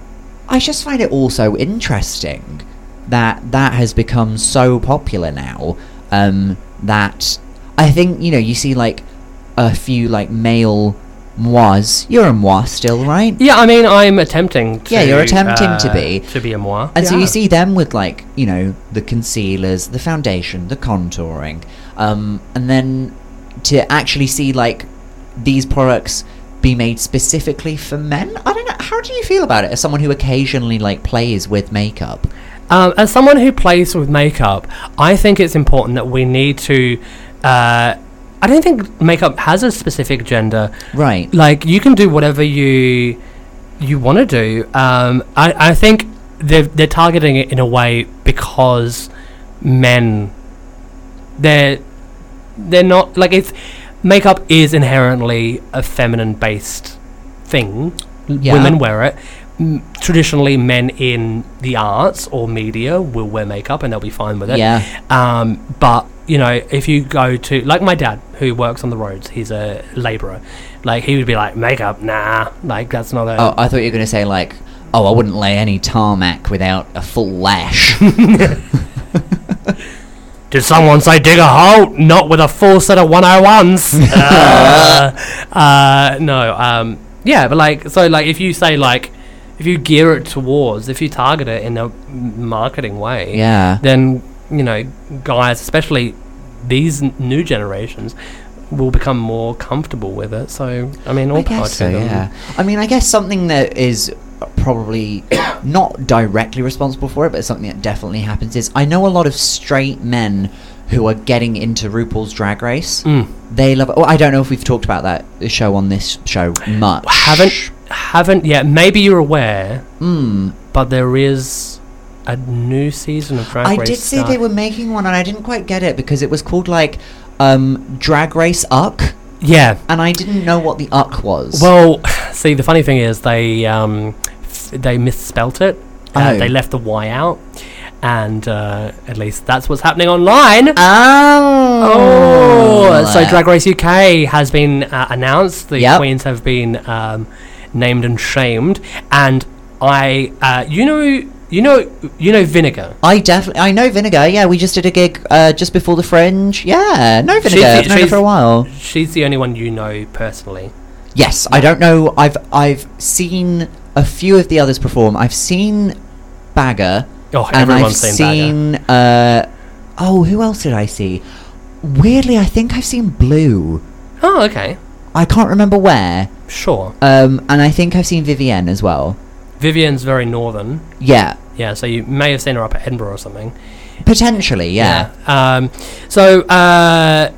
[SPEAKER 2] I just find it also interesting that that has become so popular now. Um, that I think you know you see like a few like male mois. You're a moi still, right?
[SPEAKER 1] yeah, I mean, I'm attempting. To,
[SPEAKER 2] Yeah, you're attempting to
[SPEAKER 1] uh,
[SPEAKER 2] be.
[SPEAKER 1] to be a moi.
[SPEAKER 2] And so
[SPEAKER 1] Yeah.
[SPEAKER 2] you see them with like you know the concealers, the foundation, the contouring, um, and then to actually see like these products be made specifically for men. I don't know. How do you feel about it as someone who occasionally like plays with makeup?
[SPEAKER 1] Um, as someone who plays with makeup, I think it's important that we need to. Uh, I don't think makeup has a specific gender.
[SPEAKER 2] Right.
[SPEAKER 1] Like you can do whatever you you want to do. Um, I I think they're they're targeting it in a way because men they're they're not like it's makeup is inherently a feminine based thing.
[SPEAKER 2] Yeah.
[SPEAKER 1] Women wear it. M- Traditionally, men in the arts or media will wear makeup and they'll be fine with it.
[SPEAKER 2] Yeah.
[SPEAKER 1] Um, but you know, if you go to like my dad who works on the roads, he's a labourer. Like he would be like, makeup, nah, like that's not a.
[SPEAKER 2] Oh, I thought you were going to say like, oh, I wouldn't lay any tarmac without a full lash.
[SPEAKER 1] Did someone say dig a hole? Not with a full set of 101s. uh, uh, no. Um, yeah, but like, so like, if you say like, if you gear it towards, if you target it in a m- marketing way,
[SPEAKER 2] yeah.
[SPEAKER 1] then you know, guys, especially these n- new generations, will become more comfortable with it. So, I mean, all
[SPEAKER 2] I
[SPEAKER 1] power
[SPEAKER 2] guess so,
[SPEAKER 1] to them.
[SPEAKER 2] yeah. I mean, I guess something that is probably not directly responsible for it, but something that definitely happens is I know a lot of straight men who are getting into RuPaul's Drag Race.
[SPEAKER 1] Mm.
[SPEAKER 2] They love. Oh, I don't know if we've talked about that show on this show much.
[SPEAKER 1] Haven't haven't yet. Maybe you're aware,
[SPEAKER 2] Mm.
[SPEAKER 1] but there is a new season of Drag
[SPEAKER 2] I
[SPEAKER 1] Race.
[SPEAKER 2] did see
[SPEAKER 1] start-
[SPEAKER 2] they were making one, and I didn't quite get it because it was called like um, Drag Race Uck,
[SPEAKER 1] Yeah.
[SPEAKER 2] and I didn't know what the Uck was.
[SPEAKER 1] Well, see, the funny thing is they um, f- they misspelt it. Uh,
[SPEAKER 2] Oh.
[SPEAKER 1] They left the Y out, and uh, at least that's what's happening online.
[SPEAKER 2] oh,
[SPEAKER 1] Oh, so Drag Race UK has been uh, announced. The
[SPEAKER 2] Yep.
[SPEAKER 1] queens have been um, named and shamed, and I, uh, you know, you know, you know, vinegar.
[SPEAKER 2] I definitely, I know Vinegar. Yeah, we just did a gig uh, just before the Fringe. Yeah, no Vinegar.
[SPEAKER 1] the-
[SPEAKER 2] I've known her
[SPEAKER 1] she's-
[SPEAKER 2] for a while.
[SPEAKER 1] She's the only one you know personally.
[SPEAKER 2] Yes, I don't know. I've I've seen a few of the others perform. I've seen Bagger,
[SPEAKER 1] Oh,
[SPEAKER 2] and I've
[SPEAKER 1] everyone's seen, Bagger.
[SPEAKER 2] seen. Uh, oh, who else did I see? Weirdly, I think I've seen Blue.
[SPEAKER 1] Oh, okay,
[SPEAKER 2] I can't remember where.
[SPEAKER 1] sure.
[SPEAKER 2] Um, and I think I've seen Vivienne as well.
[SPEAKER 1] Vivian's very northern.
[SPEAKER 2] Yeah,
[SPEAKER 1] Yeah, so you may have seen her up at Edinburgh or something.
[SPEAKER 2] potentially. Yeah.
[SPEAKER 1] Um, so, uh,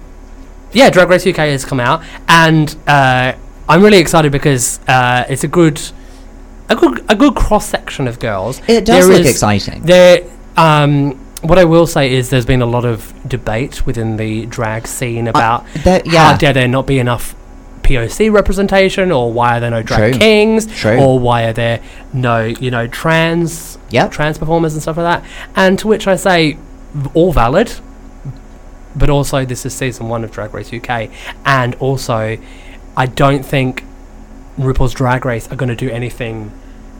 [SPEAKER 1] yeah, Drag Race UK has come out, and uh, I'm really excited because uh, it's a good, a good, a good cross section of girls.
[SPEAKER 2] It does
[SPEAKER 1] There
[SPEAKER 2] look
[SPEAKER 1] is-
[SPEAKER 2] exciting.
[SPEAKER 1] There, um, what I will say is there's been a lot of debate within the drag scene about
[SPEAKER 2] there- yeah.
[SPEAKER 1] how dare there not be enough POC representation, or why are there no drag
[SPEAKER 2] True.
[SPEAKER 1] kings,
[SPEAKER 2] True.
[SPEAKER 1] or why are there no, you know, trans
[SPEAKER 2] Yep.
[SPEAKER 1] trans performers and stuff like that. And to which I say, v- all valid, but also this is season one of Drag Race UK, and also I don't think RuPaul's Drag Race are going to do anything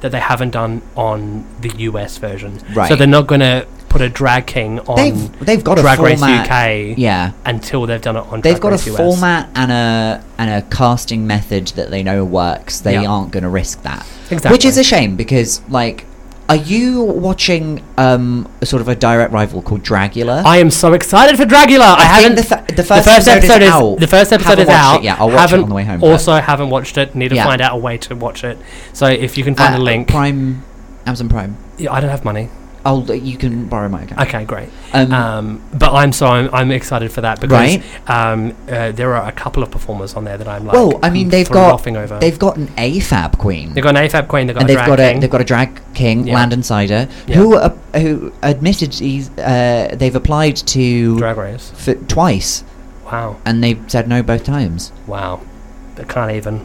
[SPEAKER 1] that they haven't done on the US version. So
[SPEAKER 2] Right.
[SPEAKER 1] they're not going to put a drag king on
[SPEAKER 2] They've they've got
[SPEAKER 1] Drag
[SPEAKER 2] a format.
[SPEAKER 1] Race UK
[SPEAKER 2] Yeah.
[SPEAKER 1] until they've done it on.
[SPEAKER 2] They've
[SPEAKER 1] Drag
[SPEAKER 2] got a
[SPEAKER 1] Race US.
[SPEAKER 2] format and a and a casting method that they know works. They
[SPEAKER 1] Yeah.
[SPEAKER 2] aren't going to risk that,
[SPEAKER 1] Exactly.
[SPEAKER 2] which is a shame because like, are you watching um sort of a direct rival called Dragula?
[SPEAKER 1] I am so excited for Dragula. I, haven't.
[SPEAKER 2] think the, fa- the first episode, is, out.
[SPEAKER 1] the first episode
[SPEAKER 2] Haven't
[SPEAKER 1] is
[SPEAKER 2] watched
[SPEAKER 1] out.
[SPEAKER 2] It. Yeah, I'll watch
[SPEAKER 1] haven't,
[SPEAKER 2] it on the way home. but-
[SPEAKER 1] Also, haven't watched it. Need to
[SPEAKER 2] Yeah.
[SPEAKER 1] find out a way to watch it. So if you can find
[SPEAKER 2] Uh,
[SPEAKER 1] a link,
[SPEAKER 2] Prime, Amazon Prime.
[SPEAKER 1] Yeah, I don't have money.
[SPEAKER 2] I'll you can borrow my account.
[SPEAKER 1] Okay, great.
[SPEAKER 2] Um,
[SPEAKER 1] Um, but I'm so I'm, I'm excited for that because
[SPEAKER 2] Right.
[SPEAKER 1] um, uh, there are a couple of performers on there that I'm like.
[SPEAKER 2] well, I mean,
[SPEAKER 1] I'm
[SPEAKER 2] they've
[SPEAKER 1] through
[SPEAKER 2] got
[SPEAKER 1] laughing over. They've,
[SPEAKER 2] they've got an AFAB queen.
[SPEAKER 1] got an AFAB queen. They've got
[SPEAKER 2] and
[SPEAKER 1] a
[SPEAKER 2] they've
[SPEAKER 1] drag
[SPEAKER 2] got
[SPEAKER 1] king.
[SPEAKER 2] a they've got a drag king,
[SPEAKER 1] Yeah.
[SPEAKER 2] Landon Sider,
[SPEAKER 1] Yeah.
[SPEAKER 2] who uh, who admitted he's, uh, they've applied to
[SPEAKER 1] drag race.
[SPEAKER 2] for twice,
[SPEAKER 1] Wow,
[SPEAKER 2] and they said no both times.
[SPEAKER 1] wow. I can't even.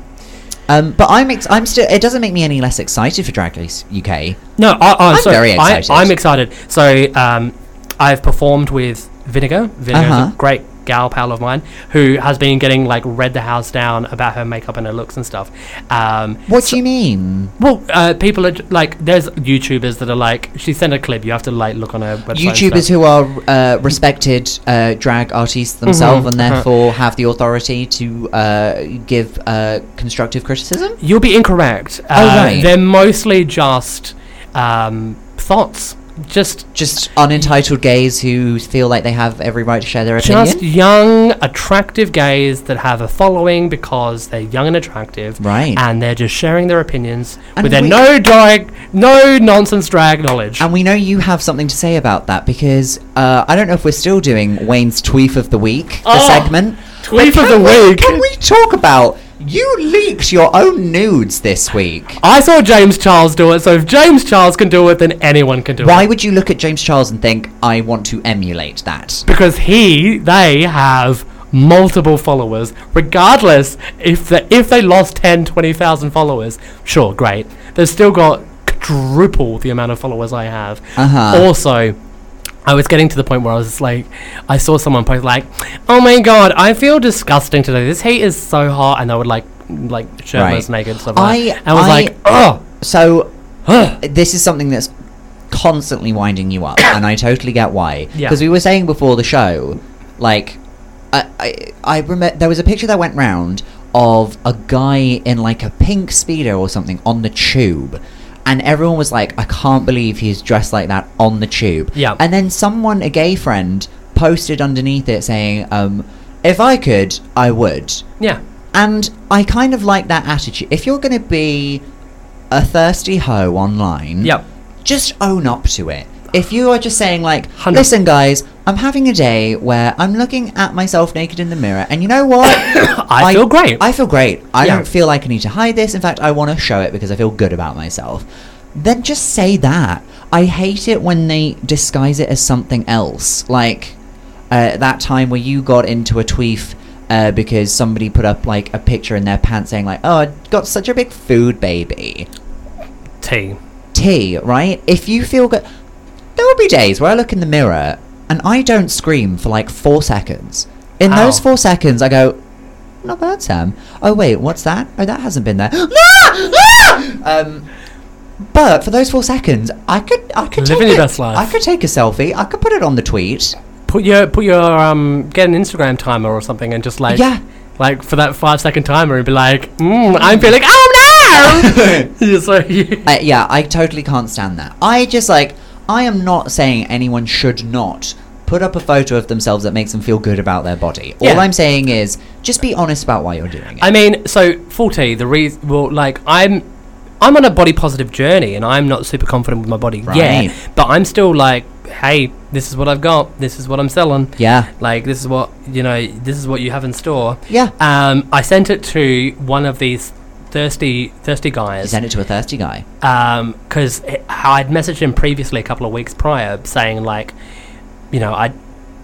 [SPEAKER 2] Um, but I'm ex- I'm still. It doesn't make me any less excited for Drag Race UK.
[SPEAKER 1] No, I, I'm,
[SPEAKER 2] I'm
[SPEAKER 1] sorry.
[SPEAKER 2] very excited.
[SPEAKER 1] I, am excited. So um, I've performed with Vinegar. Vinegar's
[SPEAKER 2] Uh-huh.
[SPEAKER 1] a great gal pal of mine who has been getting like read the house down about her makeup and her looks and stuff. Um,
[SPEAKER 2] What do you mean?
[SPEAKER 1] well, uh, people are j- like, there's YouTubers that are like, she sent a clip. You have to like look on her website. and
[SPEAKER 2] YouTubers
[SPEAKER 1] stuff.
[SPEAKER 2] who are uh, respected uh, drag artists themselves and
[SPEAKER 1] uh-huh.
[SPEAKER 2] therefore have the authority to uh, give uh, constructive criticism.
[SPEAKER 1] you'll be incorrect. Uh,
[SPEAKER 2] Oh, right.
[SPEAKER 1] They're mostly just um, thoughts, just
[SPEAKER 2] Just unentitled gays who feel like they have every right to share their opinion.
[SPEAKER 1] just young, attractive gays that have a following because they're young and attractive,
[SPEAKER 2] Right.
[SPEAKER 1] And they're just sharing their opinions
[SPEAKER 2] And
[SPEAKER 1] with their
[SPEAKER 2] we- Um,
[SPEAKER 1] no drag, no nonsense drag knowledge.
[SPEAKER 2] And we know you have something to say about that because uh, I don't know if we're still doing Wayne's Tweef of the Week, the
[SPEAKER 1] Oh,
[SPEAKER 2] segment.
[SPEAKER 1] Tweef
[SPEAKER 2] But
[SPEAKER 1] of
[SPEAKER 2] can
[SPEAKER 1] the
[SPEAKER 2] we-
[SPEAKER 1] Week.
[SPEAKER 2] Can we talk about you leaked your own nudes this week?
[SPEAKER 1] I saw James Charles do it, so if James Charles can do it, then anyone can do
[SPEAKER 2] Why
[SPEAKER 1] it.
[SPEAKER 2] would you look at James Charles and think I want to emulate that?
[SPEAKER 1] Because he, they have multiple followers, regardless if they, if they lost 10, 20,000 followers. Sure, great. They've still got quadruple the amount of followers I have.
[SPEAKER 2] Uh huh.
[SPEAKER 1] Also, I was getting to the point where I was like, I saw someone post like, "Oh my god, I feel disgusting today. This heat is so hot," and I would like, like shirt
[SPEAKER 2] Right.
[SPEAKER 1] was naked. Stuff
[SPEAKER 2] I-
[SPEAKER 1] like that. And I was
[SPEAKER 2] I-
[SPEAKER 1] like, "Oh,
[SPEAKER 2] So this is something that's constantly winding you up, and I totally get why.
[SPEAKER 1] Yeah.
[SPEAKER 2] Because we were saying before the show, like, I I, I remember there was a picture that went round of a guy in like a pink speedo or something on the tube. And everyone was like, I can't believe he's dressed like that on the tube.
[SPEAKER 1] Yeah.
[SPEAKER 2] And then someone, a gay friend, posted underneath it saying, um, if I could, I would.
[SPEAKER 1] yeah,
[SPEAKER 2] And I kind of like that attitude. If you're going to be a thirsty hoe online,
[SPEAKER 1] Yep.
[SPEAKER 2] just own up to it. If you are just saying like,
[SPEAKER 1] Hundred-
[SPEAKER 2] "Listen guys, I'm having a day where I'm looking at myself naked in the mirror and you know what?
[SPEAKER 1] I feel great."
[SPEAKER 2] I feel great. I
[SPEAKER 1] Yeah.
[SPEAKER 2] don't feel like I need to hide this. In fact, I want to show it because I feel good about myself." Then just say that. I hate it when they disguise it as something else. Like uh, that time where you got into a tweef uh, because somebody put up like a picture in their pants saying like, "Oh, I got such a big food baby."
[SPEAKER 1] tea."
[SPEAKER 2] tea, right? If you feel good, there will be days where I look in the mirror and I don't scream for like four seconds. In
[SPEAKER 1] Ow.
[SPEAKER 2] those four seconds, I go, not bad, Sam. Oh wait, what's that? Oh, that hasn't been there. Ah! um, but for those four seconds, I could, I could
[SPEAKER 1] Living
[SPEAKER 2] take
[SPEAKER 1] your
[SPEAKER 2] a-
[SPEAKER 1] best life.
[SPEAKER 2] I could take a selfie. I could put it on the tweet.
[SPEAKER 1] Put your put your um get an Instagram timer or something and just like
[SPEAKER 2] Yeah.
[SPEAKER 1] like for that five second timer and be like, mm, I'm feeling oh no. Just like-
[SPEAKER 2] Uh, yeah, I totally can't stand that. I just like I am not saying anyone should not put up a photo of themselves that makes them feel good about their body.
[SPEAKER 1] Yeah.
[SPEAKER 2] All I'm saying is just be honest about why you're doing it.
[SPEAKER 1] I mean, so forty. The reason, well, like I'm, I'm on a body positive journey, and I'm not super confident with my body
[SPEAKER 2] Right.
[SPEAKER 1] yet. But I'm still like, hey, this is what I've got. This is what I'm selling.
[SPEAKER 2] yeah.
[SPEAKER 1] Like this is what you know. This is what you have in store.
[SPEAKER 2] Yeah.
[SPEAKER 1] Um, I sent it to one of these thirsty, thirsty
[SPEAKER 2] You
[SPEAKER 1] guys.
[SPEAKER 2] send it to a thirsty guy.
[SPEAKER 1] because I'd messaged him previously a couple of weeks prior saying like, you know, I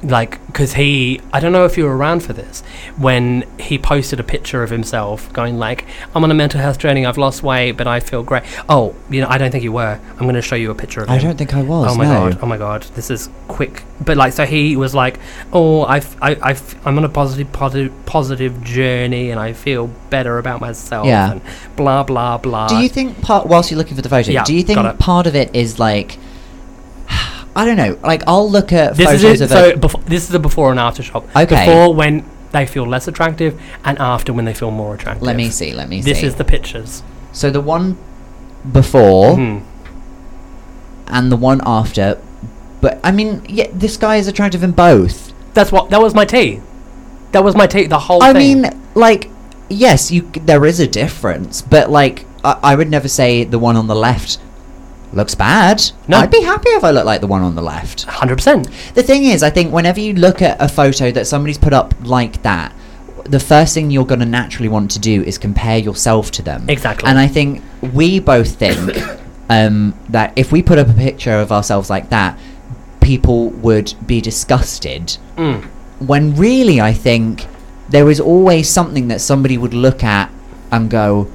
[SPEAKER 1] like because he I don't know if you were around for this when he posted a picture of himself going like I'm on a mental health journey I've lost weight but I feel great oh you know I don't think you were I'm going to show you a picture of
[SPEAKER 2] I
[SPEAKER 1] him
[SPEAKER 2] don't think I was.
[SPEAKER 1] oh my
[SPEAKER 2] no.
[SPEAKER 1] god oh my god this is quick but like so he was like oh I've, I, I've, i'm on a positive, positive positive journey and i feel better about myself
[SPEAKER 2] Yeah.
[SPEAKER 1] and blah blah blah
[SPEAKER 2] Do you think part whilst you're looking for the photo?
[SPEAKER 1] Yeah,
[SPEAKER 2] do you
[SPEAKER 1] got it.
[SPEAKER 2] think part of it is like I don't know. Like I'll look at
[SPEAKER 1] This
[SPEAKER 2] photos
[SPEAKER 1] is it.
[SPEAKER 2] of
[SPEAKER 1] So
[SPEAKER 2] a,
[SPEAKER 1] befo- this is the before and after shop.
[SPEAKER 2] Okay.
[SPEAKER 1] Before when they feel less attractive, and after when they feel more attractive.
[SPEAKER 2] Let me see. Let me
[SPEAKER 1] This
[SPEAKER 2] see.
[SPEAKER 1] is the pictures.
[SPEAKER 2] so the one before.
[SPEAKER 1] Hmm.
[SPEAKER 2] and the one after. But I mean, yeah, this guy is attractive in both.
[SPEAKER 1] That's what. That was my tea. That was my tea. The whole.
[SPEAKER 2] I
[SPEAKER 1] thing.
[SPEAKER 2] mean, like, yes, you c- there is a difference, but like, I, I would never say the one on the left looks bad.
[SPEAKER 1] No.
[SPEAKER 2] I'd be happy if I looked like the one on the left.
[SPEAKER 1] hundred percent.
[SPEAKER 2] The thing is, I think whenever you look at a photo that somebody's put up like that, the first thing you're going to naturally want to do is compare yourself to them.
[SPEAKER 1] Exactly.
[SPEAKER 2] And I think we both think um, that if we put up a picture of ourselves like that, people would be disgusted.
[SPEAKER 1] Mm.
[SPEAKER 2] When really, I think there is always something that somebody would look at and go,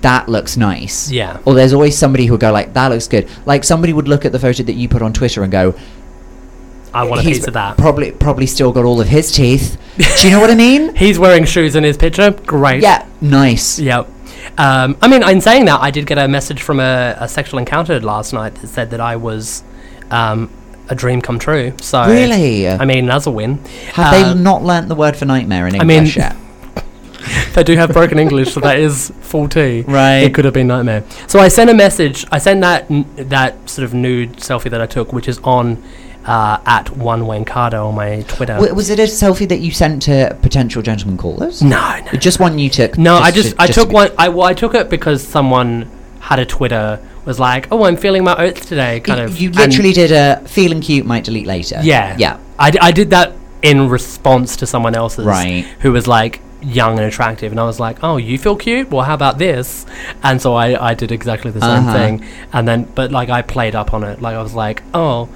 [SPEAKER 2] that looks nice.
[SPEAKER 1] Yeah.
[SPEAKER 2] Or there's always somebody who would go like, that looks good. Like somebody would look at the photo that you put on Twitter and go,
[SPEAKER 1] I want a
[SPEAKER 2] he's
[SPEAKER 1] piece of that.
[SPEAKER 2] Probably, probably still got all of his teeth. Do you know what I mean?
[SPEAKER 1] He's wearing shoes in his picture. Great.
[SPEAKER 2] yeah, nice.
[SPEAKER 1] Yep. Um, I mean, in saying that, I did get a message from a, a sexual encounter last night that said that I was um, a dream come true. So
[SPEAKER 2] Really?
[SPEAKER 1] I mean, that's a win.
[SPEAKER 2] Have
[SPEAKER 1] Um,
[SPEAKER 2] they not learnt the word for nightmare in
[SPEAKER 1] I mean-
[SPEAKER 2] English yet?
[SPEAKER 1] they do have broken English, so that is full tea.
[SPEAKER 2] Right.
[SPEAKER 1] It could have been nightmare. So I sent a message. I sent that n- that sort of nude selfie that I took, which is on uh, at one Wayne Carter on my Twitter.
[SPEAKER 2] W- was it a selfie that you sent to potential gentlemen callers?
[SPEAKER 1] no, no,
[SPEAKER 2] Just one you took.
[SPEAKER 1] Mm. no. I
[SPEAKER 2] to-
[SPEAKER 1] just, I
[SPEAKER 2] to
[SPEAKER 1] took
[SPEAKER 2] be-
[SPEAKER 1] one. I, well, I took it because someone had a Twitter was like, oh, I'm feeling my oats today, kind
[SPEAKER 2] You,
[SPEAKER 1] of.
[SPEAKER 2] you
[SPEAKER 1] and-
[SPEAKER 2] literally did a feeling cute, might delete later.
[SPEAKER 1] Yeah.
[SPEAKER 2] yeah.
[SPEAKER 1] I, d- I did that in response to someone else's.
[SPEAKER 2] Right.
[SPEAKER 1] Who was like young and attractive. And I was like, oh, you feel cute? Well, how about this? And so I, I did exactly the same
[SPEAKER 2] Uh-huh.
[SPEAKER 1] thing. And then, but like I played up on it. Like I was like, oh,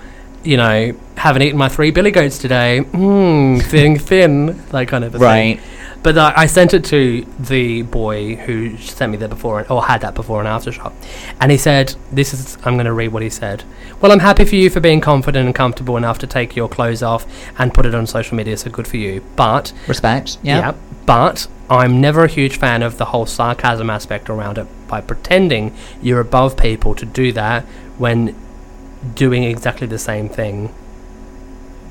[SPEAKER 1] you Hmm, know, haven't eaten my three billy goats today. Mmm, feeling thin. Like kind of a thing.
[SPEAKER 2] Right.
[SPEAKER 1] But uh, I sent it to the boy who sent me that before, or had that before and after shot, and he said, "This is." I'm going to read what he said. Well, I'm happy for you for being confident and comfortable enough to take your clothes off and put it on social media. So good for you. But
[SPEAKER 2] Respect. Yeah.
[SPEAKER 1] yeah. But I'm never a huge fan of the whole sarcasm aspect around it by pretending you're above people to do that when doing exactly the same thing.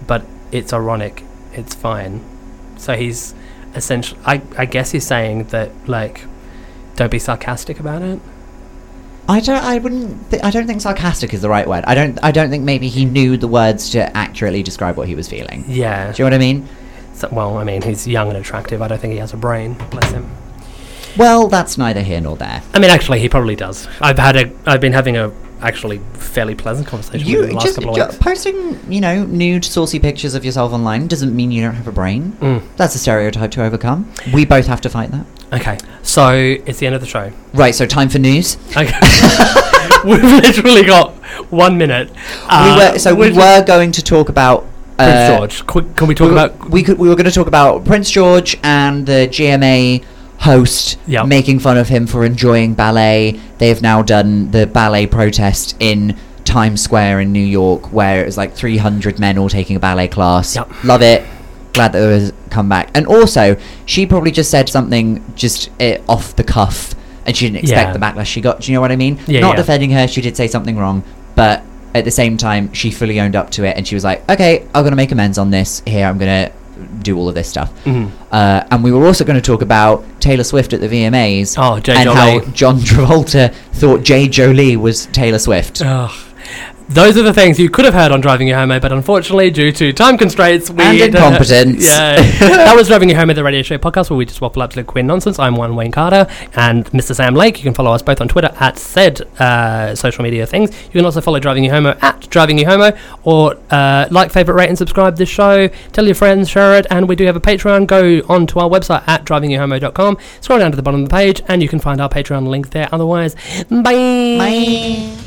[SPEAKER 1] But it's ironic. It's fine. So he's essentially, I, I guess he's saying that, like, don't be sarcastic about it.
[SPEAKER 2] I don't. I wouldn't. Th- I don't think sarcastic is the right word. I don't. I don't think maybe he knew the words to accurately describe what he was feeling.
[SPEAKER 1] Yeah.
[SPEAKER 2] Do you know what I mean?
[SPEAKER 1] So, well, I mean, he's young and attractive. I don't think he has a brain. Bless him.
[SPEAKER 2] Well, that's neither here nor there.
[SPEAKER 1] I mean, actually, he probably does. I've had a, I've been having a actually fairly pleasant conversation with him the last
[SPEAKER 2] just,
[SPEAKER 1] couple of
[SPEAKER 2] ju-
[SPEAKER 1] weeks.
[SPEAKER 2] posting, you know, nude, saucy pictures of yourself online doesn't mean you don't have a brain.
[SPEAKER 1] Mm.
[SPEAKER 2] That's a stereotype to overcome. We both have to fight that.
[SPEAKER 1] Okay, so it's the end of the show.
[SPEAKER 2] Right. So time for news.
[SPEAKER 1] Okay. We've literally got one minute. Uh,
[SPEAKER 2] we were, so we
[SPEAKER 1] which-
[SPEAKER 2] were going to talk about
[SPEAKER 1] Prince
[SPEAKER 2] uh,
[SPEAKER 1] George. Quick, can we talk
[SPEAKER 2] we were-
[SPEAKER 1] about?
[SPEAKER 2] we could we were going to talk about Prince George and the GMA host
[SPEAKER 1] Yep.
[SPEAKER 2] making fun of him for enjoying ballet. They have now done the ballet protest in Times Square in New York, where it was like 300 men all taking a ballet class.
[SPEAKER 1] Yep.
[SPEAKER 2] Love it. Glad that it was come back. And also, she probably just said something just uh, off the cuff, and she didn't expect
[SPEAKER 1] Yeah.
[SPEAKER 2] the backlash she got. Do you know what I mean?
[SPEAKER 1] Yeah,
[SPEAKER 2] Not
[SPEAKER 1] yeah.
[SPEAKER 2] defending her. She did say something wrong, but at the same time, she fully owned up to it, and she was like, "Okay, I'm gonna make amends on this. Here, I'm gonna do all of this stuff."
[SPEAKER 1] Mhm.
[SPEAKER 2] Uh, and we were also going to talk about Taylor Swift at the VMAs
[SPEAKER 1] Oh, J.
[SPEAKER 2] and
[SPEAKER 1] Jolie.
[SPEAKER 2] how John Travolta thought J. Jolie was Taylor Swift.
[SPEAKER 1] Ugh. Those are the things you could have heard on Driving You Home, eh, but unfortunately, due to time constraints, we
[SPEAKER 2] And
[SPEAKER 1] don't-
[SPEAKER 2] incompetence.
[SPEAKER 1] Yeah, that was Driving You Home at the Radio Show podcast, where we just waffle absolute queer nonsense. I'm one Wayne Carter and Mr. Sam Lake. You can follow us both on Twitter at said uh, social media things. You can also follow Driving You Homo at Driving You Homo, or uh, like, favorite, rate, and subscribe this show. Tell your friends, share it, and we do have a Patreon. Go on to our website at drivingyouhomo.com. Scroll down to the bottom of the page, and you can find our Patreon link there. Otherwise, bye.
[SPEAKER 2] Bye.